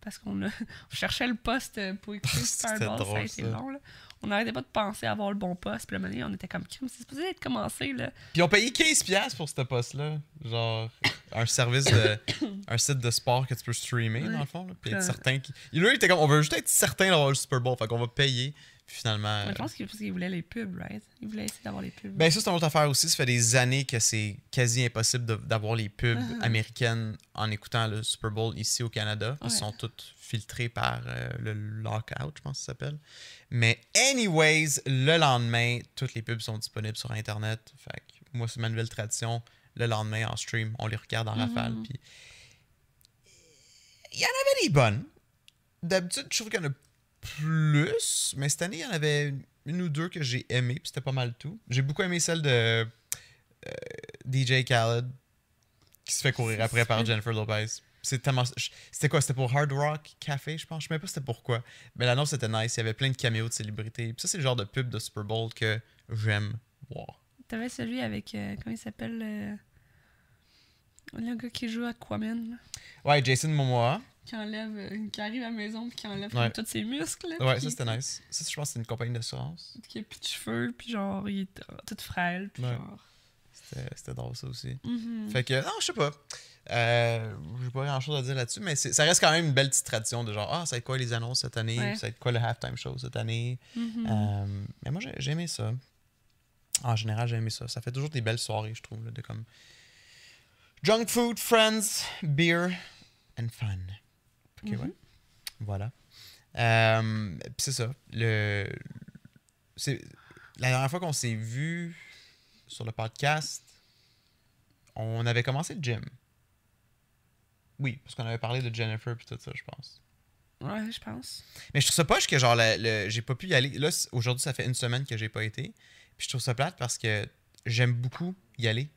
B: parce qu'on a- on cherchait le poste pour écouter le Super
A: C'était
B: Bowl,
A: drôle,
B: ça a été
A: ça.
B: long, là. On n'arrêtait pas de penser avoir le bon poste, puis le moment donné, on était comme, Crime, c'est supposé être commencé, là.
A: Puis ils ont payé 15$ pour ce poste-là. Genre, un service de. un site de sport que tu peux streamer, dans le fond. Là. Puis être
B: Ouais.
A: certain. qu'il- Lui, il était comme, on veut juste être certain d'avoir le Super Bowl. Fait qu'on va payer. Puis finalement.
B: Mais je pense que c'est parce qu'ils voulaient les pubs, right? Ils voulaient essayer d'avoir les pubs.
A: Ben, ça, c'est une autre affaire aussi. Ça fait des années que c'est quasi impossible de- d'avoir les pubs américaines en écoutant le Super Bowl ici au Canada. Ils
B: Ouais.
A: sont toutes filtrées par euh, le lockout, je pense que ça s'appelle. Mais, anyways, le lendemain, toutes les pubs sont disponibles sur Internet. Fait que moi, c'est ma nouvelle tradition. Le lendemain, en stream, on les regarde en rafale. Puis. Il y en avait des bonnes. D'habitude, je trouve qu'il y en a plus, mais cette année, il y en avait une- une ou deux que j'ai aimées, puis c'était pas mal tout. J'ai beaucoup aimé celle de euh, DJ Khaled, qui se fait courir
B: Ça
A: après
B: se
A: par
B: fait.
A: Jennifer Lopez. C'est tellement. je- C'était quoi C'était pour Hard Rock Café, je pense. Je sais même pas c'était pourquoi. Mais l'annonce était nice. Il y avait plein de caméos de célébrités. Puis ça, c'est le genre de pub de Super Bowl que j'aime voir.
B: T'avais celui avec. euh, comment il s'appelle euh, Le gars qui joue Aquaman, là,
A: Ouais, Jason Momoa.
B: qui enlève. euh, qui arrive à la maison puis qui enlève
A: Ouais.
B: tous ses muscles. là,
A: Ouais,
B: puis
A: ça, c'était nice. Ça, je pense que c'est une compagnie d'assurance.
B: Qui a plus de cheveux, puis genre, il est euh, tout frêle, puis
A: Ouais.
B: genre.
A: C'était c'était drôle, ça aussi.
B: Mhm.
A: Fait que, non, je sais pas. Euh, J'ai pas grand chose à dire là-dessus, mais c'est- ça reste quand même une belle petite tradition de genre, ah, ça va être quoi les annonces cette année,
B: Ouais.
A: ça va être quoi le halftime show cette année.
B: Mhm.
A: Euh, mais moi, j'ai j'ai aimé ça. En général, j'ai aimé ça. Ça fait toujours des belles soirées, je trouve, là, de comme. Junk food, friends, beer, and fun. Ok,
B: Mhm.
A: ouais. Voilà. Euh, Puis c'est ça. Le... c'est- La dernière fois qu'on s'est vu sur le podcast, on avait commencé le gym. Oui, parce qu'on avait parlé de Jennifer et tout ça, je pense.
B: Ouais, je pense.
A: Mais je trouve ça poche que genre le, le- j'ai pas pu y aller. Là, c- aujourd'hui, ça fait une semaine que j'ai pas été. Puis je trouve ça plate parce que j'aime beaucoup y aller. Tu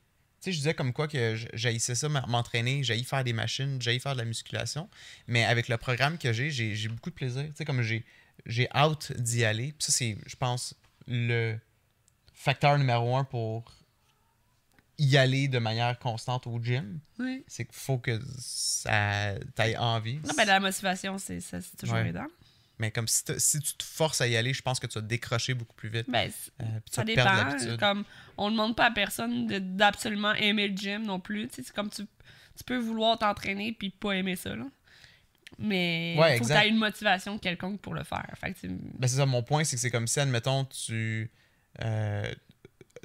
A: sais, je disais comme quoi que j- j'haïssais ça, m- m'entraîner, j'haïs faire des machines, j'haïs faire de la musculation. Mais avec le programme que j'ai, j'ai, j'ai beaucoup de plaisir. Tu sais, comme j'ai, j'ai hâte d'y aller. Puis ça, c'est, je pense, le facteur numéro un pour y aller de manière constante au gym.
B: Oui.
A: C'est qu'il faut que ça t'aille envie.
B: Non, ben la motivation, c'est ça, c'est toujours
A: Ouais.
B: aidant.
A: Mais comme si, t'as- si tu te forces à y aller, je pense que tu vas te décrocher beaucoup plus vite.
B: Ben, c-
A: Euh, puis tu
B: ça
A: vas perdre
B: dépend.
A: l'habitude.
B: Comme, on ne demande pas à personne de- d'absolument aimer le gym non plus. Tu sais, C'est comme tu, tu peux vouloir t'entraîner puis pas aimer ça. Là. Mais il
A: Ouais,
B: faut que tu
A: exact.
B: aies une motivation quelconque pour le faire. Fait que tu-
A: Ben, c'est ça, mon point, c'est que c'est comme si, admettons, tu euh,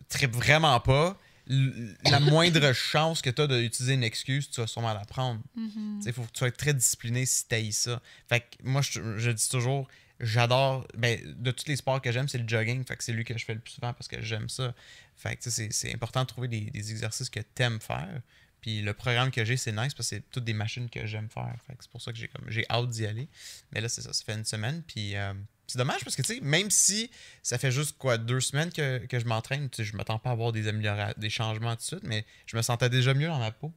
A: tripes vraiment pas, l- la moindre chance que tu as d'utiliser une excuse, tu vas sûrement la prendre. Il faut que tu sois très discipliné si tu ça. Fait que moi, je, je dis toujours, j'adore, ben, de tous les sports que j'aime, c'est le jogging. Fait que c'est lui que je fais le plus souvent parce que j'aime ça. Fait que tu sais, c'est c'est important de trouver des, des exercices que tu aimes faire. Puis le programme que j'ai, c'est nice parce que c'est toutes des machines que j'aime faire. Fait que c'est pour ça que j'ai comme j'ai hâte d'y aller. Mais là, c'est ça, ça fait une semaine. Puis euh, c'est dommage parce que, tu sais, même si ça fait juste quoi, deux semaines que, que je m'entraîne, tu sais, je m'attends pas à avoir des améliorations, des changements tout de suite, mais je me sentais déjà mieux dans ma peau.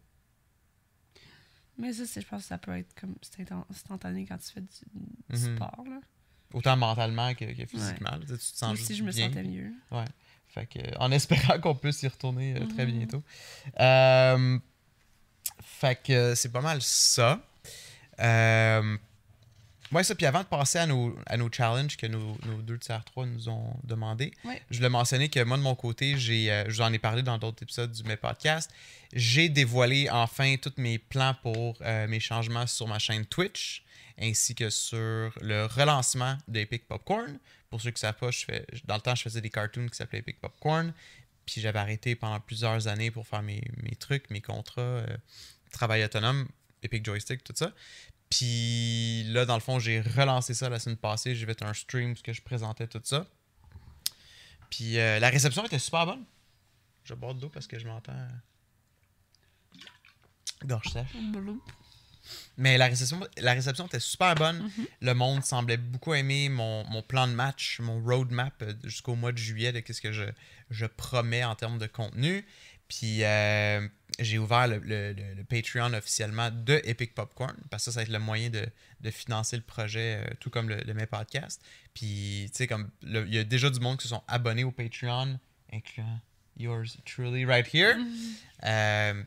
B: Mais ça, c'est- je pense que ça peut être comme c'est intan- instantané quand tu fais du, du
A: Mhm.
B: sport. Là.
A: Autant mentalement que, que physiquement. là, tu sais, tu te sens
B: Moi
A: juste
B: aussi, je me
A: bien.
B: sentais mieux.
A: Fait que, en espérant qu'on puisse y retourner euh, très
B: Mhm.
A: bientôt. Euh, fait que euh, c'est pas mal ça. Euh, ouais, ça. Puis avant de passer à nos, à nos challenges que nos, nos deux tiers 3 nous ont demandé,
B: Ouais.
A: je voulais mentionner que moi, de mon côté, j'ai, euh, je vous en ai parlé dans d'autres épisodes du mes podcasts. J'ai dévoilé enfin tous mes plans pour euh, mes changements sur ma chaîne Twitch ainsi que sur le relancement d'Epic Popcorn. Pour ceux qui ne savent pas, je fais, dans le temps, je faisais des cartoons qui s'appelaient Epic Popcorn. Puis j'avais arrêté pendant plusieurs années pour faire mes, mes trucs, mes contrats, euh, travail autonome, Epic Joystick, tout ça. Puis là, dans le fond, j'ai relancé ça la semaine passée. J'ai fait un stream parce que je présentais tout ça. Puis euh, la réception était super bonne. Je vais boire de l'eau parce que je m'entends. euh, Gorge sèche.
B: Bloup.
A: Mais la réception, la réception était super bonne. Le monde semblait beaucoup aimer mon, mon plan de match, mon roadmap euh, jusqu'au mois de juillet de qu'est-ce que je, je promets en termes de contenu. Puis euh, j'ai ouvert le, le- le- le Patreon officiellement de Epic Popcorn parce que ça, ça va être le moyen de, de financer le projet, euh, tout comme le, le mes podcasts. Puis, tu sais, comme le- il y a déjà du monde qui se sont abonnés au Patreon, incluant yours truly right here. Euh,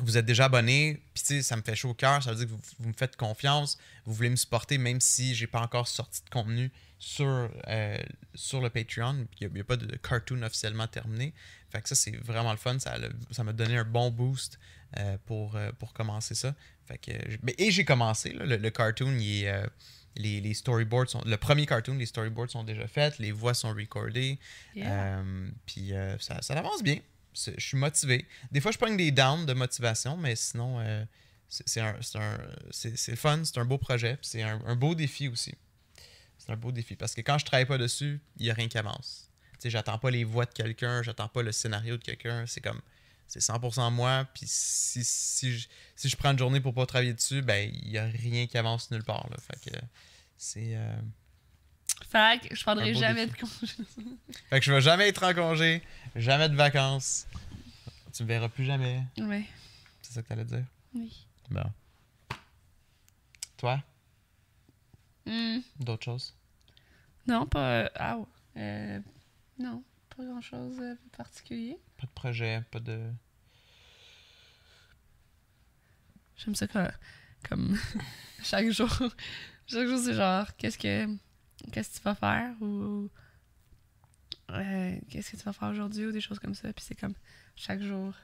A: vous êtes déjà abonné, puis tu sais, ça me fait chaud au cœur, ça veut dire que vous, vous me faites confiance, vous voulez me supporter même si j'ai pas encore sorti de contenu sur, euh, sur le Patreon. Il n'y a, pas de cartoon officiellement terminé. Fait que ça, c'est vraiment le fun. Ça l'a- ça m'a donné un bon boost euh, pour, euh, pour commencer ça. Fait que, euh, j'ai- mais- et j'ai commencé. là. le, le cartoon, il est, euh, les, les storyboards sont. Le premier cartoon, les storyboards sont déjà faits, les voix sont recordées.
B: Yeah.
A: Euh, puis euh, ça, ça avance bien. C'est- Je suis motivé. Des fois, je prends des downs de motivation, mais sinon, euh, c'est c'est un- c'est un- c'est- c'est le fun, c'est un beau projet, puis c'est un, un beau défi aussi. C'est un beau défi parce que quand je travaille pas dessus, il n'y a rien qui avance. Tu sais, j'attends pas les voix de quelqu'un, j'attends pas le scénario de quelqu'un. C'est comme, c'est 100% moi. Puis si, si, je, si je prends une journée pour pas travailler dessus, ben, il y a rien qui avance nulle part. Là. Fait que c'est. euh,
B: Fait que je prendrai
A: Un beau
B: jamais
A: défi.
B: de congé.
A: Fait que je vais jamais être en congé, jamais de vacances. Tu me verras plus jamais.
B: ouais,
A: C'est ça que t'allais dire?
B: oui.
A: Bon. Toi,
B: Hmm,
A: d'autres choses?
B: Non, pas. euh, ah ouais. Euh, non, pas grand chose de particulier.
A: Pas de projet, pas de.
B: J'aime ça quand, comme chaque jour. Chaque jour, c'est genre, qu'est-ce que qu'est-ce que tu vas faire ou euh, qu'est-ce que tu vas faire aujourd'hui ou des choses comme ça. Puis c'est comme chaque jour,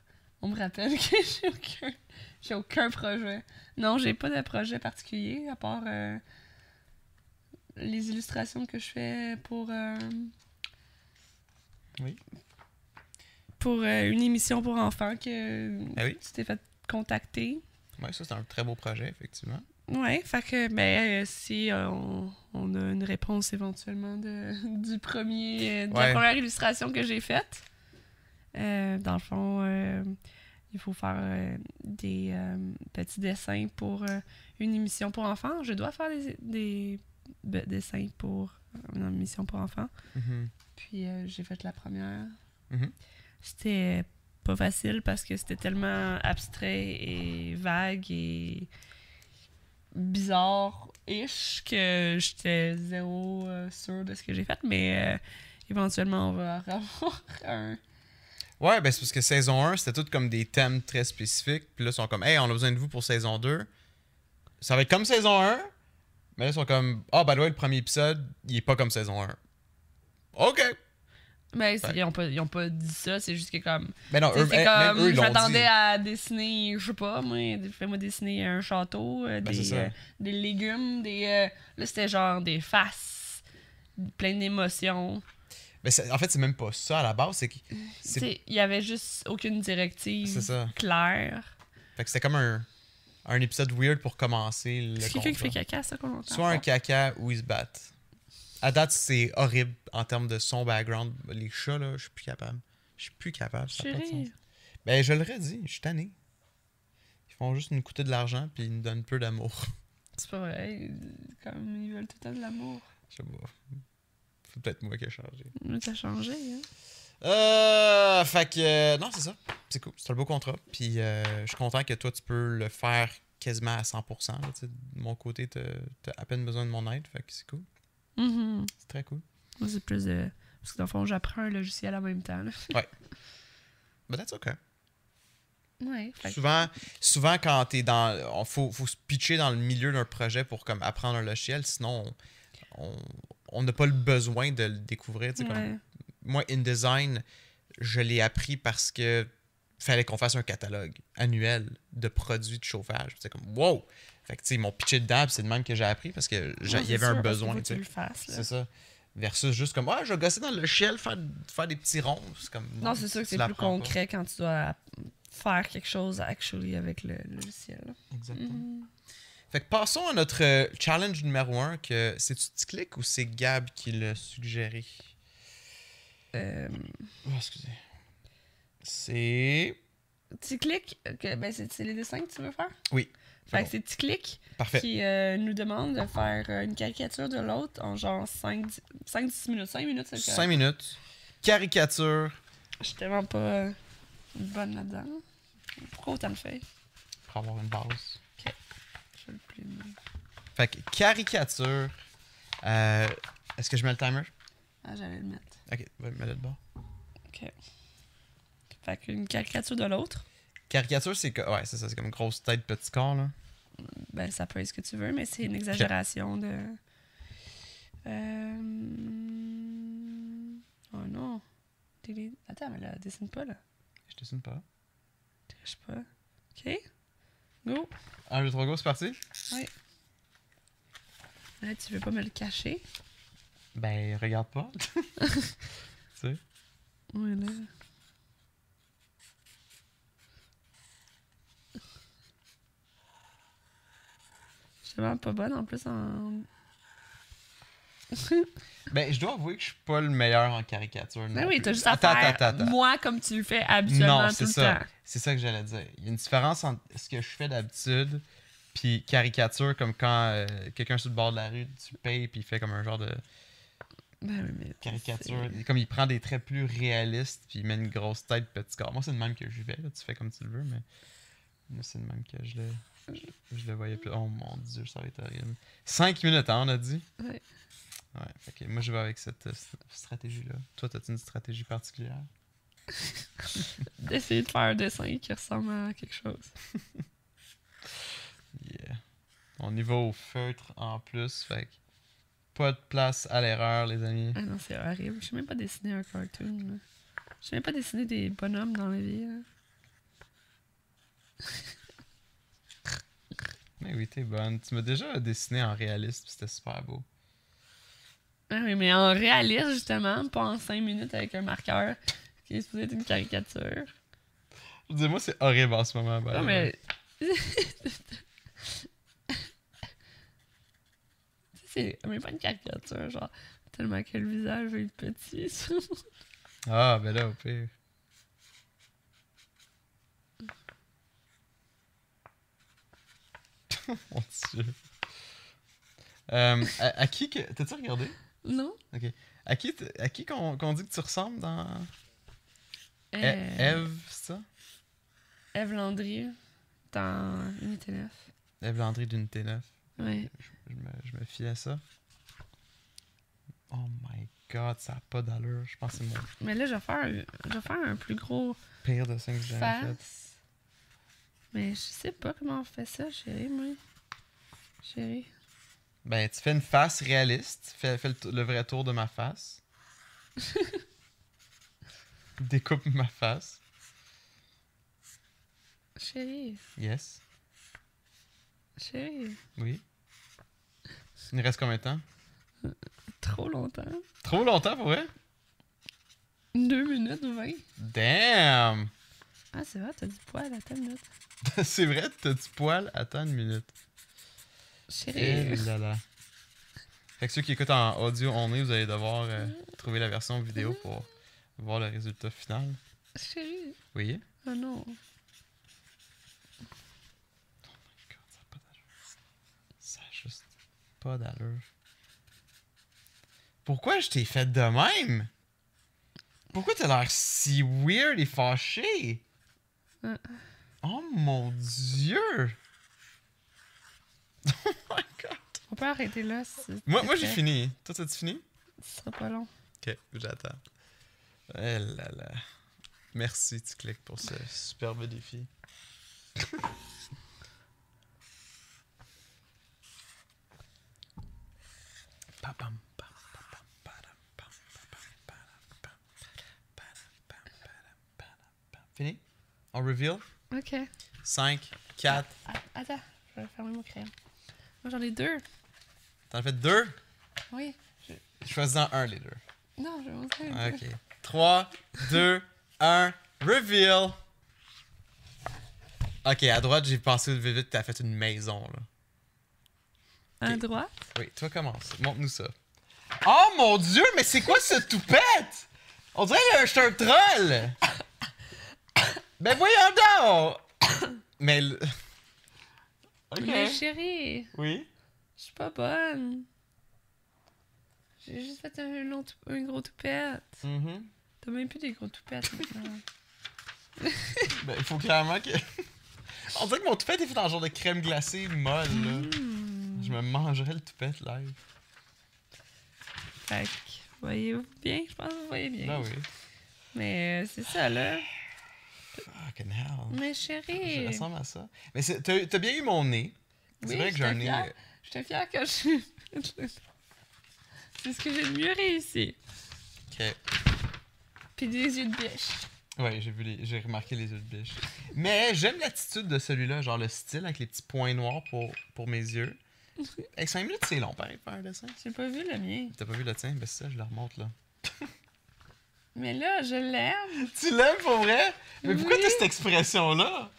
B: on me rappelle que j'ai aucun, j'ai aucun projet. Non, j'ai pas de projet particulier à part euh, les illustrations que je fais pour. euh,
A: Oui.
B: Pour euh, une émission pour enfants que
A: Ah oui?
B: tu t'es fait contacter.
A: Ouais, ça, c'est un très beau projet, effectivement.
B: Ouais, fait que ben, euh, si euh, on, on a une réponse éventuellement de, du premier, euh, de
A: Ouais.
B: la première illustration que j'ai faite, euh, dans le fond, euh, il faut faire euh, des euh, petits dessins pour euh, une émission pour enfants. Je dois faire des, des be- dessins pour euh, une émission pour enfants.
A: Mm-hmm.
B: Puis euh, j'ai fait la première.
A: Mhm.
B: C'était pas facile parce que c'était tellement abstrait et vague et bizarre-ish que j'étais zéro euh, sûre de ce que j'ai fait. Mais euh, éventuellement, on va avoir un.
A: Ouais, ben c'est parce que saison 1, c'était tout comme des thèmes très spécifiques. Puis là, ils sont comme, hey, on a besoin de vous pour saison 2. Ça va être comme saison 1, mais là, ils sont comme, ah, bah ben ouais, le premier épisode, il est pas comme saison 1. OK! Ouais.
B: Mais Ben, ils, ont pas, ils ont pas dit ça, c'est juste que comme.
A: Mais Ben non,
B: Tu
A: eux,
B: sais, C'est
A: même-
B: comme,
A: même eux, ils l'ont dit.
B: j'attendais à dessiner, je sais pas, moi, fais-moi dessiner un château, euh,
A: Ben, c'est
B: des,
A: ça.
B: euh, des légumes, des. euh, là, c'était genre des faces, plein d'émotions.
A: Mais c'est- en fait, c'est même pas ça à la base, c'est que
B: Tu
A: c'est
B: sais, Il y avait juste aucune
A: c'est
B: directive
A: ça.
B: claire.
A: Fait que c'était comme un, un épisode weird pour commencer le
B: C'est quelqu'un qui fait Ah.
A: contrat.
B: caca, ça qu'on entend.
A: Soit un caca ou ils se battent. À date, c'est horrible en termes de son background. Les chats, là, je suis plus capable. Je suis plus capable. ça a pas de
B: Chérie.
A: sens. Ben, je l'aurais dit, je suis tanné. Ils font juste nous coûter de l'argent puis ils nous donnent peu d'amour.
B: C'est pas vrai. Comme ils veulent tout le temps de l'amour.
A: Je sais pas. C'est peut-être moi qui ai changé.
B: Mais t'as changé, hein?
A: Euh, fait que. euh, non, c'est ça. C'est cool. C'est un beau contrat. Puis euh, je suis content que toi, tu peux le faire quasiment à 100%. là, tu sais, de mon côté, t'as t'as à peine besoin de mon aide. Fait que c'est cool.
B: Mhm.
A: C'est très cool.
B: Moi, c'est plus de. Parce que dans le fond, j'apprends un logiciel en même temps. là.
A: Mais that's okay.
B: Ouais, fait que-
A: Souvent, souvent quand t'es dans. On faut, faut se pitcher dans le milieu d'un projet pour comme apprendre un logiciel. Sinon, on- on on n'a pas le besoin de le découvrir. tu sais, comme-
B: Ouais.
A: moi, InDesign, je l'ai appris parce que fallait qu'on fasse un catalogue annuel de produits de chauffage. Puis C'est comme wow! Fait que tu sais, ils m'ont pitché dedans, puis c'est de même que j'ai appris parce que j'a- il
B: Ouais,
A: y
B: c'est
A: avait un
B: sûr, parce qu'il
A: besoin.
B: faut que
A: tu
B: tu
A: sais.
B: le fasses, là.
A: C'est ça. Versus juste comme Ah, je vais gosser dans le ciel, faire, faire des petits ronds. C'est comme
B: Non, c'est sûr que
A: tu
B: c'est plus
A: l'apprends pas.
B: concret quand tu dois faire quelque chose actually avec le le logiciel. là.
A: Exactement.
B: Mhm. Mm-hmm.
A: Fait que passons à notre euh, challenge numéro un que c'est-tu clic ou c'est Gab qui l'a suggéré?
B: Euh,
A: Oh, excusez. C'est.
B: tu cliques, que, ben c'est c'est les dessins que tu veux faire?
A: Oui.
B: Fait
A: bon.
B: que c'est tu cliques
A: Parfait.
B: qui euh, nous demande de faire euh, une caricature de l'autre en genre 5-10 minutes. 5 minutes, c'est
A: Cinq
B: correct.
A: minutes. Caricature.
B: Je suis tellement pas euh, bonne là-dedans. Pourquoi autant le fait?
A: pour avoir une base.
B: Je le plume.
A: Fait que caricature. euh, Est-ce que je mets le timer?
B: Ah, j'allais le mettre.
A: Ok, va mets-le de bord.
B: OK. Fait qu'une caricature de l'autre,
A: Caricature, c'est que. Ouais, c'est ça, c'est comme grosse tête, petit corps, là.
B: ben ça peut être ce que tu veux, mais c'est une exagération de... Euh... Oh non. Delete. Attends, mais là, dessine pas, là.
A: Je dessine pas.
B: Je sais pas. OK. Go.
A: 1, 2, 3, go, c'est parti?
B: Là, tu veux pas me le cacher?
A: Ben, regarde pas. tu sais?
B: Ouais, là. Je suis vraiment pas bonne en plus en.
A: Ben, je dois avouer que je suis pas le meilleur en caricature.
B: Ben
A: non
B: oui,
A: plus.
B: t'as juste
A: Mm.
B: à
A: Attends,
B: faire
A: attends, attends, attends.
B: moi comme tu le fais habituellement
A: Non,
B: tout
A: c'est
B: le
A: ça.
B: temps.
A: C'est ça que j'allais dire. Il y a une différence entre ce que je fais d'habitude puis caricature, comme quand euh, quelqu'un sur le bord de la rue, tu le payes puis il fait comme un genre de
B: Ben oui, mais
A: caricature. Comme il prend des traits plus réalistes puis il met une grosse tête, petit corps. Moi, c'est le même que je vais. là. Tu fais comme tu le veux, mais moi, c'est le même que je le, je, je le voyais plus. Oh mon dieu, ça va être horrible. Cinq minutes, hein, on a dit.
B: Ouais.
A: Ouais, fait que moi je vais avec cette, euh, cette stratégie-là. Toi, t'as-tu une stratégie particulière?
B: D'essayer de faire un dessin qui ressemble à quelque chose.
A: Yeah. On y va au feutre en plus, fait que pas de place à l'erreur, les amis.
B: Ah non, c'est horrible. Je sais même pas dessiner un cartoon. là. Je sais même pas dessiner des bonhommes dans la vie. là.
A: Mais oui, t'es bonne. Tu m'as déjà dessiné en réaliste, puis c'était super beau.
B: Ah oui, mais en réaliste, justement, pas en 5 minutes avec un marqueur qui est supposé être une caricature.
A: Je veux dire, moi, c'est horrible en ce moment. by the
B: Non,
A: way.
B: mais. Tu sais, c'est même pas une caricature, genre, tellement que le visage est petit. ça.
A: Ah, ben là, au pire. Mon dieu. Euh, à, à qui que. T'as-tu regardé?
B: non?
A: À qui, t- à qui qu'on qu'on dit que tu ressembles dans. E-
B: Euh,
A: Eve, c'est ça?
B: Ève Landry, dans Unité 9.
A: Eve Landry d'Unité 9.
B: Ouais.
A: Je me, je me fie à ça. Oh my god, ça n'a pas d'allure. Je pense que c'est mon
B: Mais là, je vais faire, un- je vais faire un plus gros
A: pire dessin que j'ai jamais fait.
B: face. Mais je sais pas comment on fait ça, chérie, moi. Chérie.
A: Ben, tu fais une face réaliste. Fais, fais le, t- le vrai tour de ma face. Découpe ma face.
B: Chérie.
A: Yes.
B: Chérie.
A: Oui. Il nous reste combien de temps?
B: Trop longtemps.
A: Trop longtemps pour vrai?
B: Deux minutes ou vingt.
A: Damn!
B: Ah, c'est vrai, t'as du poil à ta minute.
A: c'est vrai, t'as du poil. Attends une minute. Eh
B: Chérie.
A: là là. Fait que ceux qui écoutent en audio on est, vous allez devoir euh, trouver la version vidéo pour voir le résultat final.
B: Chérie.
A: Vous voyez?
B: Oh non.
A: God, ça a pas d'allure. Ça a juste pas d'allure. Pourquoi je t'ai fait de même? Pourquoi t'as l'air si weird et fâché?
B: Euh.
A: Oh mon dieu! Oh my god!
B: On peut arrêter là. si-
A: Moi,
B: si
A: moi j'ai
B: t'es-
A: fini. Toi, t'as-tu fini?
B: Ce sera pas long.
A: Ok, j'attends. Eh là là. Merci, tu cliques pour ce superbe défi. Pa-pam, pam, pa-pam, pa-dam, pam, pa-pam, pa-dam, pam, pa-dam, pam, pa-dam, pa-dam, pam. Fini? On reveal?
B: Ok.
A: 5, 4,
B: Ah, attends, je vais fermer mon crayon. Moi, j'en ai deux.
A: t'en as fait deux?
B: Oui.
A: Choisis-en un, les deux.
B: Non, je vais montrer. les deux.
A: Ah, Ok. 3, 2, 1, reveal! Ok, à droite, j'ai pensé vite vite que t'as fait une maison, là.
B: Un
A: Ok.
B: droit.
A: Oui, toi, commence. Montre-nous ça. Oh mon dieu, mais c'est quoi ce toupette? On dirait que je suis un troll! ben voyons donc! mais. le-
B: Mais chérie,
A: Oui?
B: je suis pas bonne. J'ai juste fait un, long tou- un gros toupette.
A: Mhm.
B: T'as même plus des gros toupettes maintenant.
A: Ben, il faut clairement que. On dirait que mon toupette est fait dans un genre de crème glacée molle, là.
B: Hmm.
A: Je me mangerais le toupette live.
B: Fait que, voyez-vous bien? Je pense que vous voyez bien.
A: Ben oui.
B: Mais euh, c'est ça, là.
A: Fucking hell.
B: Mais
A: Je
B: chérie.
A: ressemble à ça. Mais c'est- t'as t'as bien eu mon nez. C'est
B: Oui,
A: vrai que j'ai un
B: j'étais
A: nez.
B: fière. J'étais fière que je. C'est ce que j'ai de mieux réussi.
A: euh, ok.
B: Puis des yeux de biche.
A: Ouais, j'ai vu les- j'ai remarqué les yeux de biche. Mais j'aime l'attitude de celui-là, genre le style avec les petits points noirs pour, pour mes yeux. Avec 5 minutes, c'est long, pareil, faire un dessin.
B: J'ai pas vu le mien.
A: T'as pas vu le tien? Ben c'est ça, je le remonte là.
B: Mais là, je l'aime.
A: Tu l'aimes pour vrai? Mais pourquoi
B: Oui.
A: t'as cette expression-là?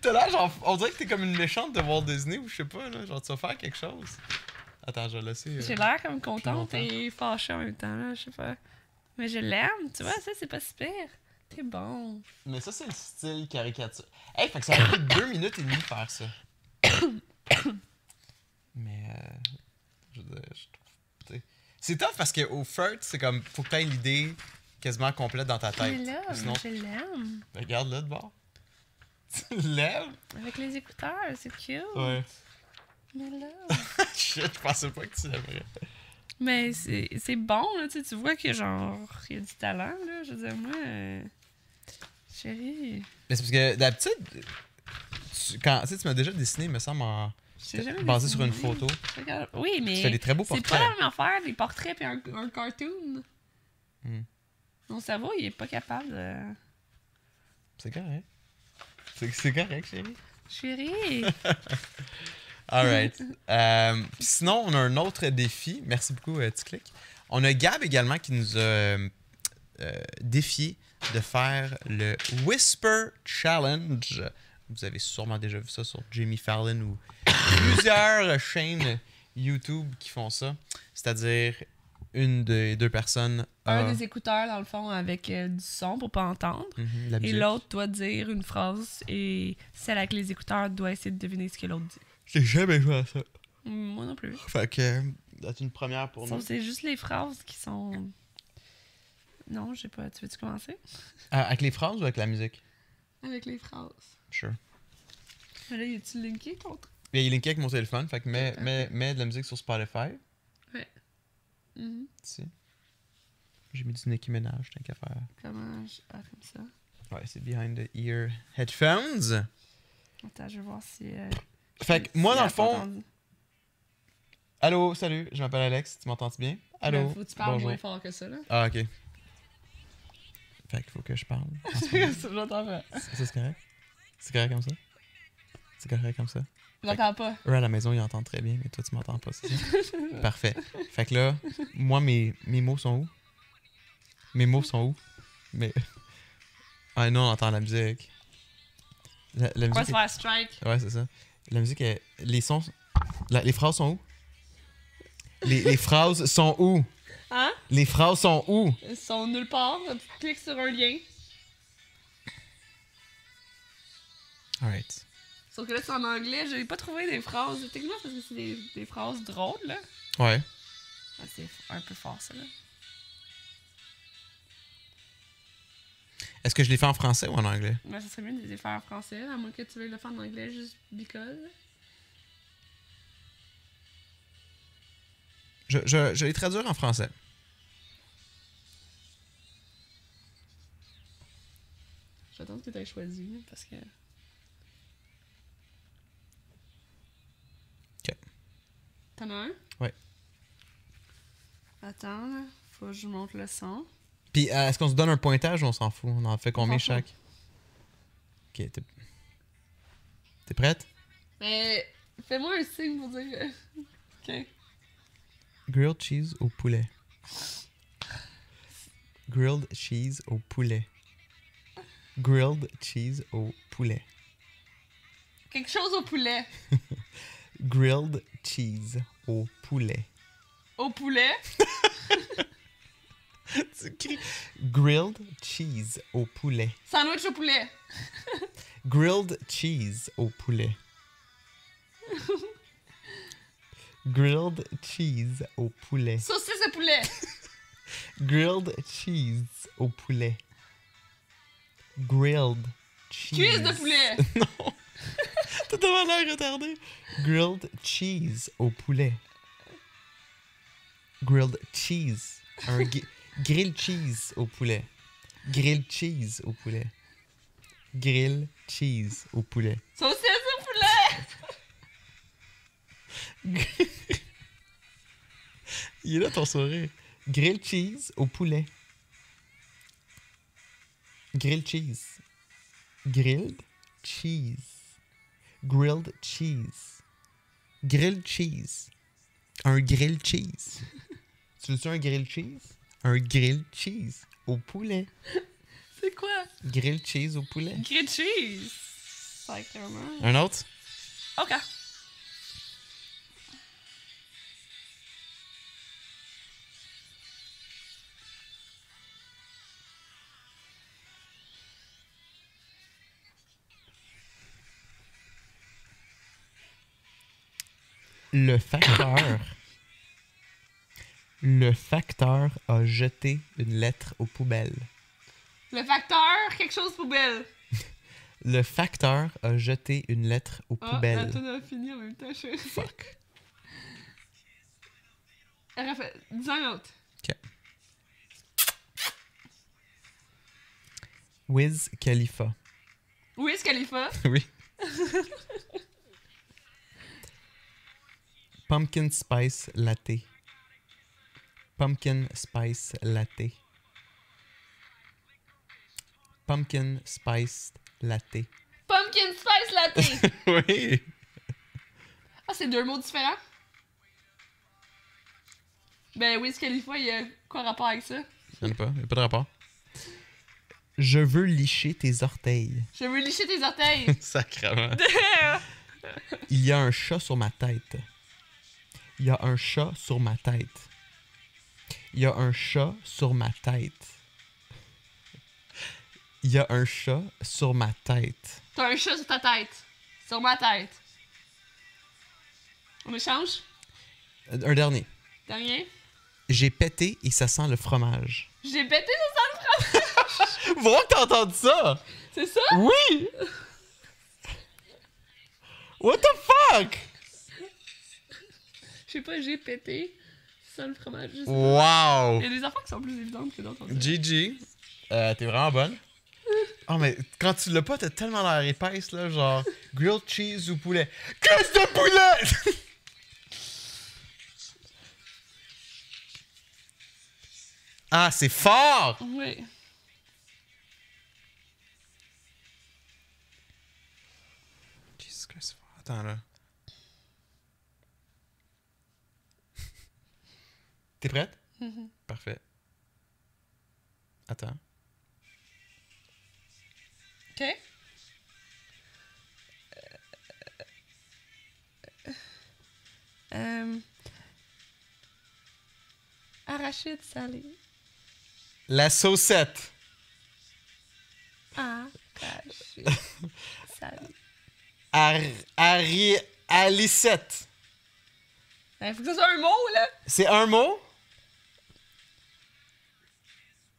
A: t'as l'air genre. On dirait que t'es comme une méchante de Walt Disney ou je sais pas, là. Genre, tu vas faire quelque chose. Attends, je vais laisser. euh,
B: J'ai l'air comme contente
A: longtemps.
B: et fâchée en même temps, là, je sais pas. Mais je l'aime, tu vois, ça, c'est pas super. T'es bon.
A: Mais ça, c'est le style caricature. Hey, fait que ça a pris deux minutes et demie de faire ça. Mais, euh, je veux dire, je trouve- tu sais. C'est tough parce qu'au flirt, c'est comme, faut que t'aies l'idée quasiment complète dans ta
B: Je
A: tête.
B: l'aime,
A: Sinon, ben,
B: je l'aime.
A: regarde-le de bord. Tu l'aimes?
B: Avec les écouteurs, c'est cute.
A: Ouais.
B: Mais là.
A: Shit, je pensais pas que tu l'aimerais.
B: Mais c'est c'est bon, là, tu sais, tu vois que genre, il y a du talent, là. Je veux dire, moi. euh, Chérie,
A: Mais c'est parce que d'habitude, tu, quand, tu sais, tu m'as déjà dessiné, il me semble, en-
B: je t'ai jamais
A: basé sur une
B: dessiné.
A: photo.
B: Regarde- Oui, mais.
A: Tu fais des très beaux
B: C'est pas
A: portraits.
B: la même affaire, des portraits puis un, un cartoon.
A: Hmm.
B: Mon cerveau, il est pas capable de.
A: C'est correct. C'est c'est correct, chérie.
B: Chérie!
A: Alright. Euh, puis sinon, on a un autre défi. Merci beaucoup, euh, Ticlic. On a Gab également qui nous a euh, euh, défié de faire le Whisper Challenge. Vous avez sûrement déjà vu ça sur Jimmy Fallon ou plusieurs chaînes YouTube qui font ça. C'est-à-dire, une des deux personnes a
B: un des écouteurs, dans le fond, avec euh, du son pour pas entendre.
A: Mhm, la
B: Et
A: musique.
B: l'autre doit dire une phrase et celle avec les écouteurs doit essayer de deviner ce que l'autre dit.
A: J'ai jamais joué à ça.
B: Moi non plus.
A: Fait que, euh, c'est une première pour
B: Sauf
A: nous.
B: que c'est juste les phrases qui sont. Non, j'ai pas. Tu veux-tu commencer?
A: Ah, avec les phrases ou avec la musique?
B: Avec les phrases.
A: Sure.
B: Mais là, y a-tu linké contre?
A: Bien, il est linké avec mon téléphone, fait que mets, mets, mets de la musique sur Spotify.
B: Mhm.
A: Ici. J'ai mis du Nicki Minaj, tant qu'à faire.
B: Comment je- Ah, comme ça.
A: Ouais, c'est Behind the Ear Headphones.
B: Attends, je vais voir si. euh,
A: Fait que
B: si
A: moi,
B: elle
A: dans
B: a
A: le
B: pas
A: fond...
B: entendu.
A: Allô, salut, je m'appelle Alex, tu m'entends-tu bien? Allô,
B: Mais Ben, Faut que tu parles
A: bonjour.
B: moins fort que ça, là.
A: Ah, ok. Fait qu'il faut que je parle. en ce moment.
B: J'entends pas.
A: Ça, c'est correct? C'est correct comme ça? C'est correct comme ça?
B: J'entends pas.
A: Eux, à la maison, ils entendent très bien, mais toi, tu m'entends pas, c'est ça? Parfait. Fait que là, moi, mes, mes mots sont où? Mes mots sont où? Mais... Ah non, on entend la musique. La, la
B: On va se
A: musique...
B: faire strike.
A: est- Ouais, c'est ça. La musique, est- les sons... la- les phrases sont où? Les, les phrases sont où?
B: Hein?
A: Les phrases sont où?
B: Ils sont nulle part. Tu cliques sur un lien.
A: Alright.
B: Sauf que là, c'est en anglais. J'ai pas trouvé des phrases. Techniquement, parce que c'est des, des phrases drôles, là.
A: Ouais.
B: Ah, c'est un peu fort, ça, là.
A: Est-ce que je les fais en français ou en anglais?
B: Mais ça serait mieux de les faire en français, à moins que tu veuilles le faire en anglais juste because.
A: Je, je, je les traduire en français.
B: J'attends que tu aies choisi, là, parce que.
A: Ok.
B: T'en as un?
A: Ouais.
B: Attends, là. Faut que je monte le son.
A: Puis, euh, est-ce qu'on se donne un pointage ou on s'en fout? On en fait combien
B: On s'en
A: chaque? Ok, t'es. T'es prête?
B: Mais Ben, fais-moi un signe pour dire. que- ok.
A: Grilled cheese au poulet. Grilled cheese au poulet. Grilled cheese au poulet.
B: Quelque chose au poulet.
A: Grilled cheese au poulet.
B: Au poulet.
A: Tu cries. Grilled cheese au poulet.
B: Sandwich au poulet.
A: Grilled cheese au poulet. Grilled cheese au poulet.
B: Saucisse au poulet.
A: Grilled cheese au poulet. Grilled cheese.
B: Cuisse de poulet.
A: non. T'as tellement l'air retardé. Grilled cheese au poulet. Grilled cheese. Un gri- grilled cheese au poulet. Grilled cheese au poulet. Grilled cheese au poulet.
B: Saucisse au poulet.
A: Il est là ton sourire. Grilled cheese au poulet. Grilled cheese. Grilled cheese. Grilled cheese. Grilled cheese. Un grilled cheese. tu veux-tu un grilled cheese? Un grilled cheese au poulet.
B: C'est quoi?
A: Grilled cheese au poulet.
B: Grilled cheese. Sacrement.
A: Un autre?
B: Ok.
A: le facteur. le facteur a jeté une lettre aux poubelles.
B: Le facteur, quelque chose poubelle.
A: Le facteur a jeté une lettre aux
B: Ah, la
A: poubelles.
B: toune a fini en même temps, je sais.
A: Fuck.
B: Raphaël, dis un autre.
A: Ok. Wiz Khalifa.
B: Oui, ce Khalifa.
A: Oui. Pumpkin spice latte. Pumpkin spice latte. Pumpkin spice latte.
B: Pumpkin Spice Latte.
A: oui.
B: ah, c'est deux mots différents. Ben oui, ce Khalifa, il y a quoi rapport avec ça?
A: Je sais pas, y a pas de rapport. Je veux licher tes orteils.
B: Je veux licher tes orteils.
A: Sacrement. Il y a un chat sur ma tête. Il y a un chat sur ma tête. Il y a un chat sur ma tête. Il y a un chat sur ma tête.
B: T'as un chat sur ta tête. Sur ma tête. On échange?
A: Euh, Un dernier.
B: T'as rien?
A: J'ai pété et ça sent le fromage.
B: J'ai pété sur ça.
A: Voir que t'as entendu ça!
B: C'est ça?
A: Oui! What the fuck?
B: Je sais pas, j'ai pété sur le fromage. je sais pas.
A: Wow!
B: Il y a des affaires qui sont plus évidentes que d'autres. on dirait.
A: Gigi, euh, t'es vraiment bonne. Oh, mais quand tu l'as pas, t'as tellement l'air épaisse, là, genre grilled cheese ou poulet. Qu'est-ce de poulet? ah, c'est fort!
B: Oui.
A: Jesus Christ, fort. Attends, là. T'es prête? Parfait. Attends.
B: Ok. Euh... Arachide salé.
A: La saucette.
B: Arachide salé.
A: Ar Ari... Alicette.
B: Il Ben, faut que ce soit un mot, là.
A: C'est un mot?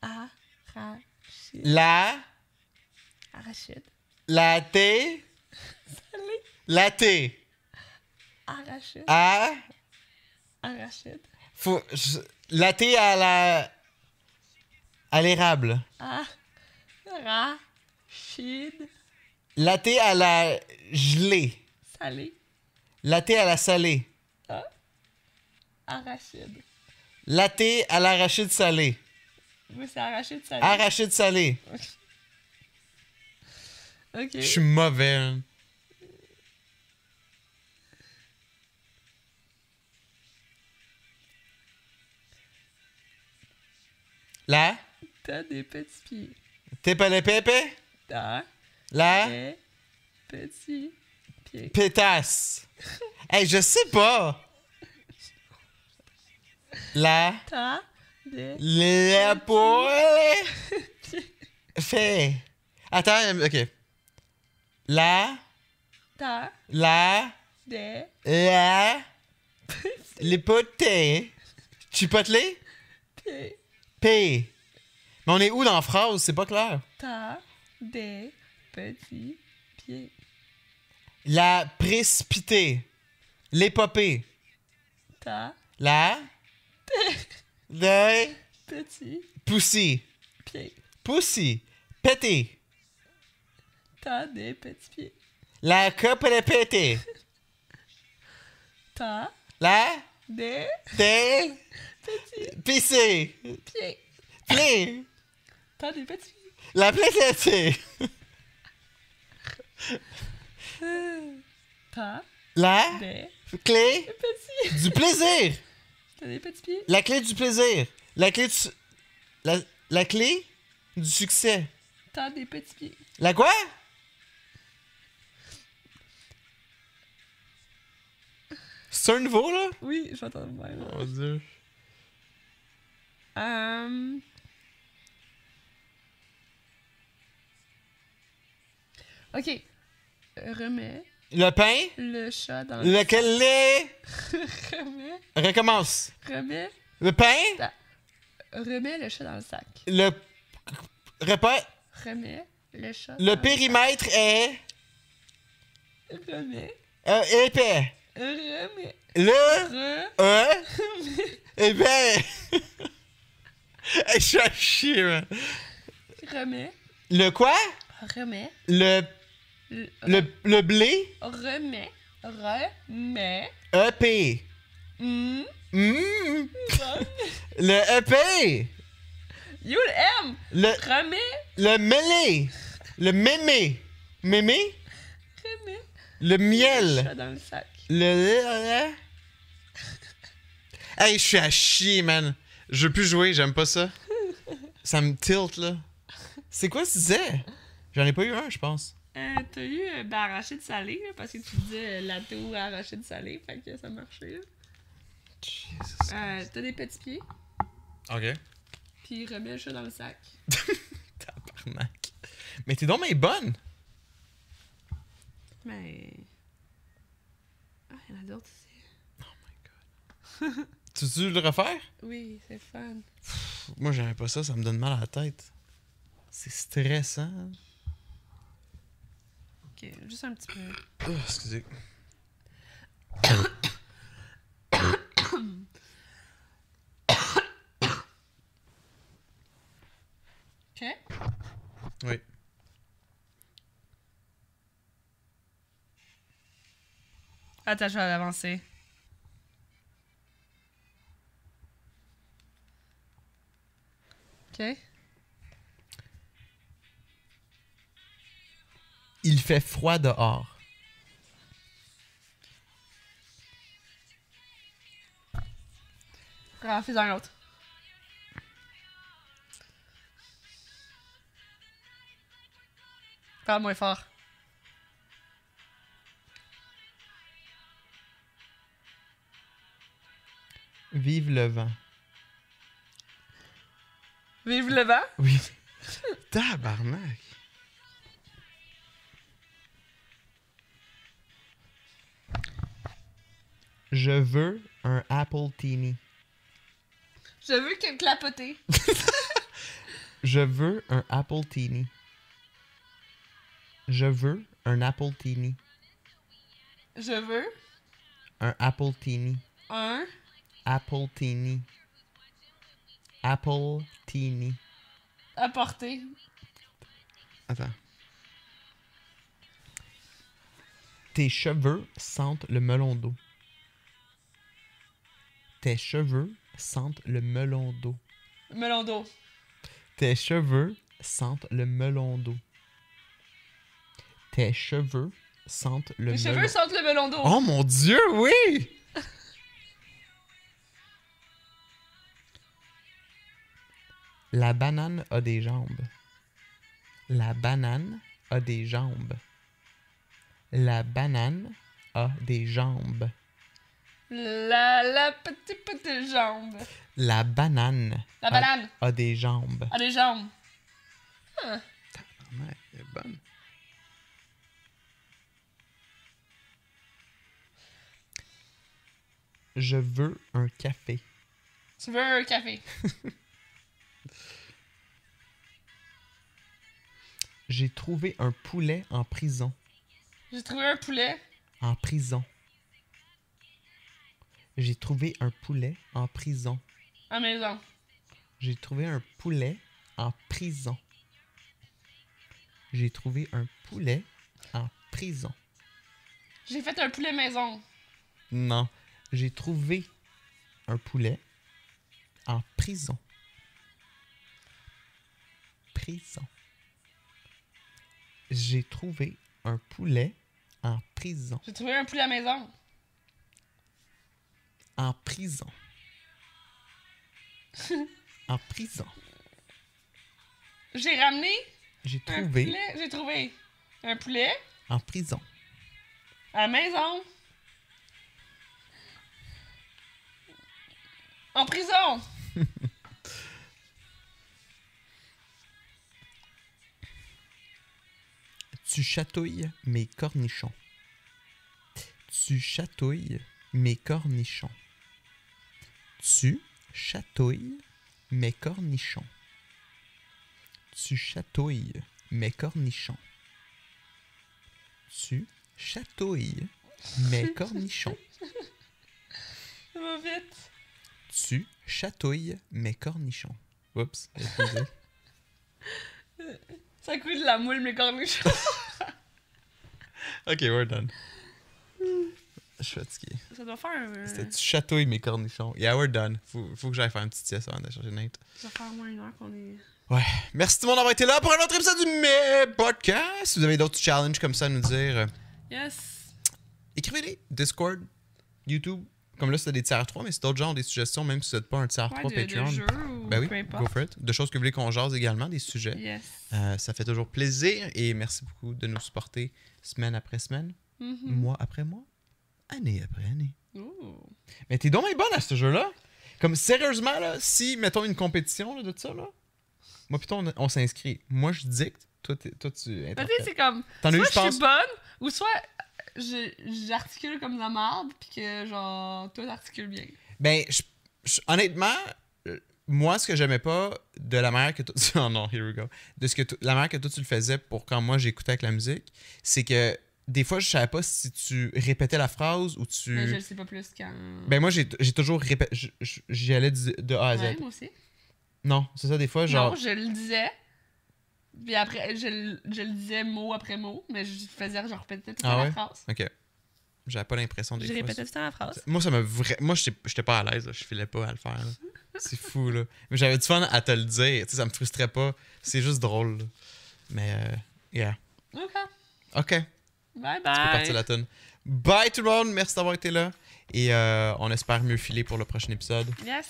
B: Arachide.
A: La,
B: Arachide.
A: la T,
B: Salé.
A: la T.
B: Arachide.
A: À,
B: Arachide.
A: faut, je- la T à la, à l'érable.
B: Arachide
A: La T à la gelée.
B: salé.
A: La T à la salée.
B: Ah. Arachide.
A: La T à l'arachide salée.
B: Moi, c'est arachide salé.
A: Arachide salée.
B: ok.
A: Je suis mauvais. hein. La,
B: T'as des petits pieds.
A: T pas les pépés.
B: T'as
A: La.
B: des petits pieds.
A: Pétasse. hey, je sais pas. La
B: T'as des
A: l'épaule fait. Attends, ok. La,
B: t'as
A: la,
B: des
A: la,
B: petits
A: l'époté. Chipotle?
B: pieds.
A: P. Mais on est où dans la phrase? C'est pas clair.
B: T'as des petits pieds.
A: La précipité. L'épopée.
B: T'as
A: La. Le.
B: petits
A: Poussy.
B: pieds.
A: Poussy. Pété.
B: T'as des petits pieds.
A: La coupe est pétée.
B: T'as
A: La
B: des
A: tête
B: petits
A: pissée.
B: pieds.
A: Plé.
B: T'as des petits pieds.
A: La plaie pétée.
B: T'as
A: La
B: des
A: clé
B: petits.
A: du plaisir.
B: T'as des petits pieds.
A: La clé du plaisir. La clé du... su- La, la clé du succès.
B: T'as des petits pieds.
A: La quoi? C'est un nouveau, là?
B: Oui, j'entends bien.
A: Mon dieu.
B: Euh... Ok. Remets
A: Le pain,
B: Le chat dans le...
A: lequel lait
B: Remets,
A: recommence.
B: remets,
A: Le pain,
B: remets le chat dans le sac.
A: le repas,
B: Remets le chat
A: le
B: dans le
A: périmètre est
B: sac. Remets,
A: euh, épais.
B: remets,
A: Le
B: re...
A: E eh ben, je suis à chier, man.
B: remets,
A: Le quoi?
B: remets,
A: Le,
B: le-
A: le, le blé, E
B: remets, remets,
A: EP.
B: hmm,
A: Mm. Le EP.
B: you le M,
A: Le,
B: remets,
A: le mêlé. Le mémé. Mémé?
B: remets,
A: Le
B: le
A: miel.
B: chat dans le sac.
A: Le. le- le- Hey, je suis à chier, man. Je veux plus jouer, j'aime pas ça. Ça me tilt, là. C'est quoi ce que tu disais? J'en ai pas eu un, je pense.
B: Euh, T'as eu euh, ben, arraché de salé, là, parce que tu disais euh, latte ou arraché de salé, fait que ça marchait. là.
A: Jesus.
B: Euh, T'as des petits pieds,
A: Ok. puis
B: puis remets le chat dans le sac.
A: Tabarnak. Mais t'es donc mais bonne.
B: Mais. Ah, il y en a d'autres aussi.
A: Tu veux le refaire?
B: Oui, c'est fun.
A: Moi, j'aimais pas ça, ça me donne mal à la tête. C'est stressant.
B: Ok, juste un petit peu.
A: Oh, excusez.
B: Ok.
A: Oui.
B: Attends, je vais l'avancer. Ok.
A: Il fait froid dehors.
B: Ah, fais un autre. Parle moins fort.
A: Vive le vent.
B: Vive le vent.
A: Oui. Tabarnak. Je veux un apple teeny.
B: Je veux que clapoter.
A: Je veux un apple teeny. Je veux un apple teeny.
B: Je veux
A: Un apple teeny.
B: un
A: Apple teeny. Apple teeny.
B: apporter.
A: Attends. Tes cheveux sentent le melon d'eau. Tes cheveux sentent le melon d'eau.
B: Melon d'eau.
A: Tes cheveux sentent le melon d'eau. Tes cheveux sentent le melon
B: Mes cheveux sentent le melon d'eau.
A: Oh mon dieu, oui! La banane a des jambes. La banane a des jambes. La banane a des jambes.
B: La, la petite petite jambe.
A: La banane
B: La
A: a-
B: banane
A: a, des jambes.
B: a des jambes. Ah.
A: Je veux un café.
B: Tu veux un café.
A: J'ai trouvé un poulet en prison.
B: J'ai trouvé un poulet.
A: En prison. J'ai trouvé un poulet en prison.
B: à maison.
A: J'ai trouvé un poulet en prison. J'ai trouvé un poulet en prison.
B: J'ai fait un poulet maison.
A: Non, j'ai trouvé un poulet en prison. Prison. J'ai trouvé un poulet en prison.
B: J'ai trouvé un poulet à maison.
A: En prison. en prison.
B: J'ai ramené
A: J'ai
B: un
A: trouvé
B: poulet. J'ai trouvé un poulet
A: en prison.
B: à maison. En prison.
A: Tu chatouilles mes cornichons. Tu chatouilles mes cornichons. Tu chatouilles mes cornichons. Tu chatouilles mes cornichons. Tu chatouilles mes cornichons.
B: Ça va vite.
A: Tu chatouilles mes cornichons. Oups, excusez.
B: Ça coule de la moule, mes cornichons.
A: Ok, we're done. Je suis fatigué.
B: Ça doit faire. euh,
A: C'était tu chatouilles mes cornichons. Yeah, we're done. Faut, faut que j'aille faire une petite sieste avant de chercher Nate.
B: Ça doit faire au moins une heure qu'on est.
A: Ouais. Merci tout le monde d'avoir été là pour un autre épisode du Mais Podcast. Si vous avez d'autres challenges comme ça à nous dire, euh,
B: Yes.
A: écrivez-les. Discord, YouTube. Comme là, c'était des tiers 3, mais c'est d'autres genres, des suggestions, même si vous n'êtes pas un tiers 3
B: Ouais, de, de
A: Patreon.
B: jeu ou
A: ben oui,
B: peu
A: go
B: importe.
A: for it. De choses que vous voulez qu'on jase également, des sujets.
B: Yes.
A: Euh, ça fait toujours plaisir et merci beaucoup de nous supporter semaine après semaine,
B: Mhm.
A: mois après mois, année après année.
B: Ouh.
A: Mais t'es donc bien bonne à ce jeu-là. Comme sérieusement, là, si, mettons, une compétition là, de ça, là, moi, plutôt, on, on s'inscrit. Moi, je dicte. Toi, t'es- toi tu
B: Ben, tu sais,
A: interprètes.
B: c'est comme.
A: T'en as eu,
B: soit
A: Ah, je
B: je
A: pense.
B: suis bonne, ou soit je- j'articule comme de la merde, puis que genre, toi t'articules bien.
A: Ben, je- je- honnêtement, euh, moi, ce que j'aimais pas de la manière que toi. oh non, here we go. De ce que to- la manière que toi, tu le faisais pour quand moi, j'écoutais avec la musique, c'est que des fois, je savais pas si tu répétais la phrase ou tu.
B: Mais je le sais pas plus quand.
A: Ben, moi, j'ai j'ai toujours répété. J'y allais du- de A à Z.
B: ouais, moi aussi.
A: Non, c'est ça, des fois, genre.
B: Non, je le disais. Puis après, je, le- je le disais mot après mot, mais je faisais, je répétais tout le temps
A: Ah ouais?
B: la phrase.
A: Ok. J'avais pas l'impression des
B: Je
A: fois,
B: répétais tout le temps la phrase.
A: Moi, ça m'a vra- Moi, j'étais j'étais pas à l'aise. là. Je filais pas à le faire. là. C'est fou, là. Mais j'avais du fun à te le dire. Tu sais, ça me frustrait pas. C'est juste drôle. là. Mais, euh, yeah.
B: Ok.
A: OK. Tu
B: Bye
A: peux partir
B: bye.
A: la tonne. Bye, tout le monde. Merci d'avoir été là. Et euh, on espère mieux filer pour le prochain épisode.
B: Yes.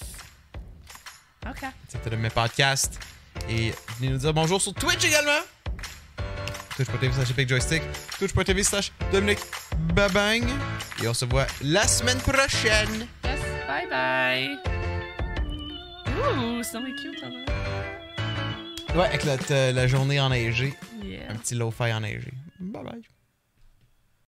B: Ok.
A: C'était le mes podcasts. Et venez nous dire bonjour sur Twitch également. Twitch.tv slash Epic Joystick. Twitch.tv slash Dominique Babang. Et on se voit la semaine prochaine.
B: Yes. Bye bye. Ouh, c'est vraiment cute là-bas.
A: Ouais, avec euh, la, la journée enneigée.
B: Yeah.
A: un petit low-fi enneigé. Bye bye.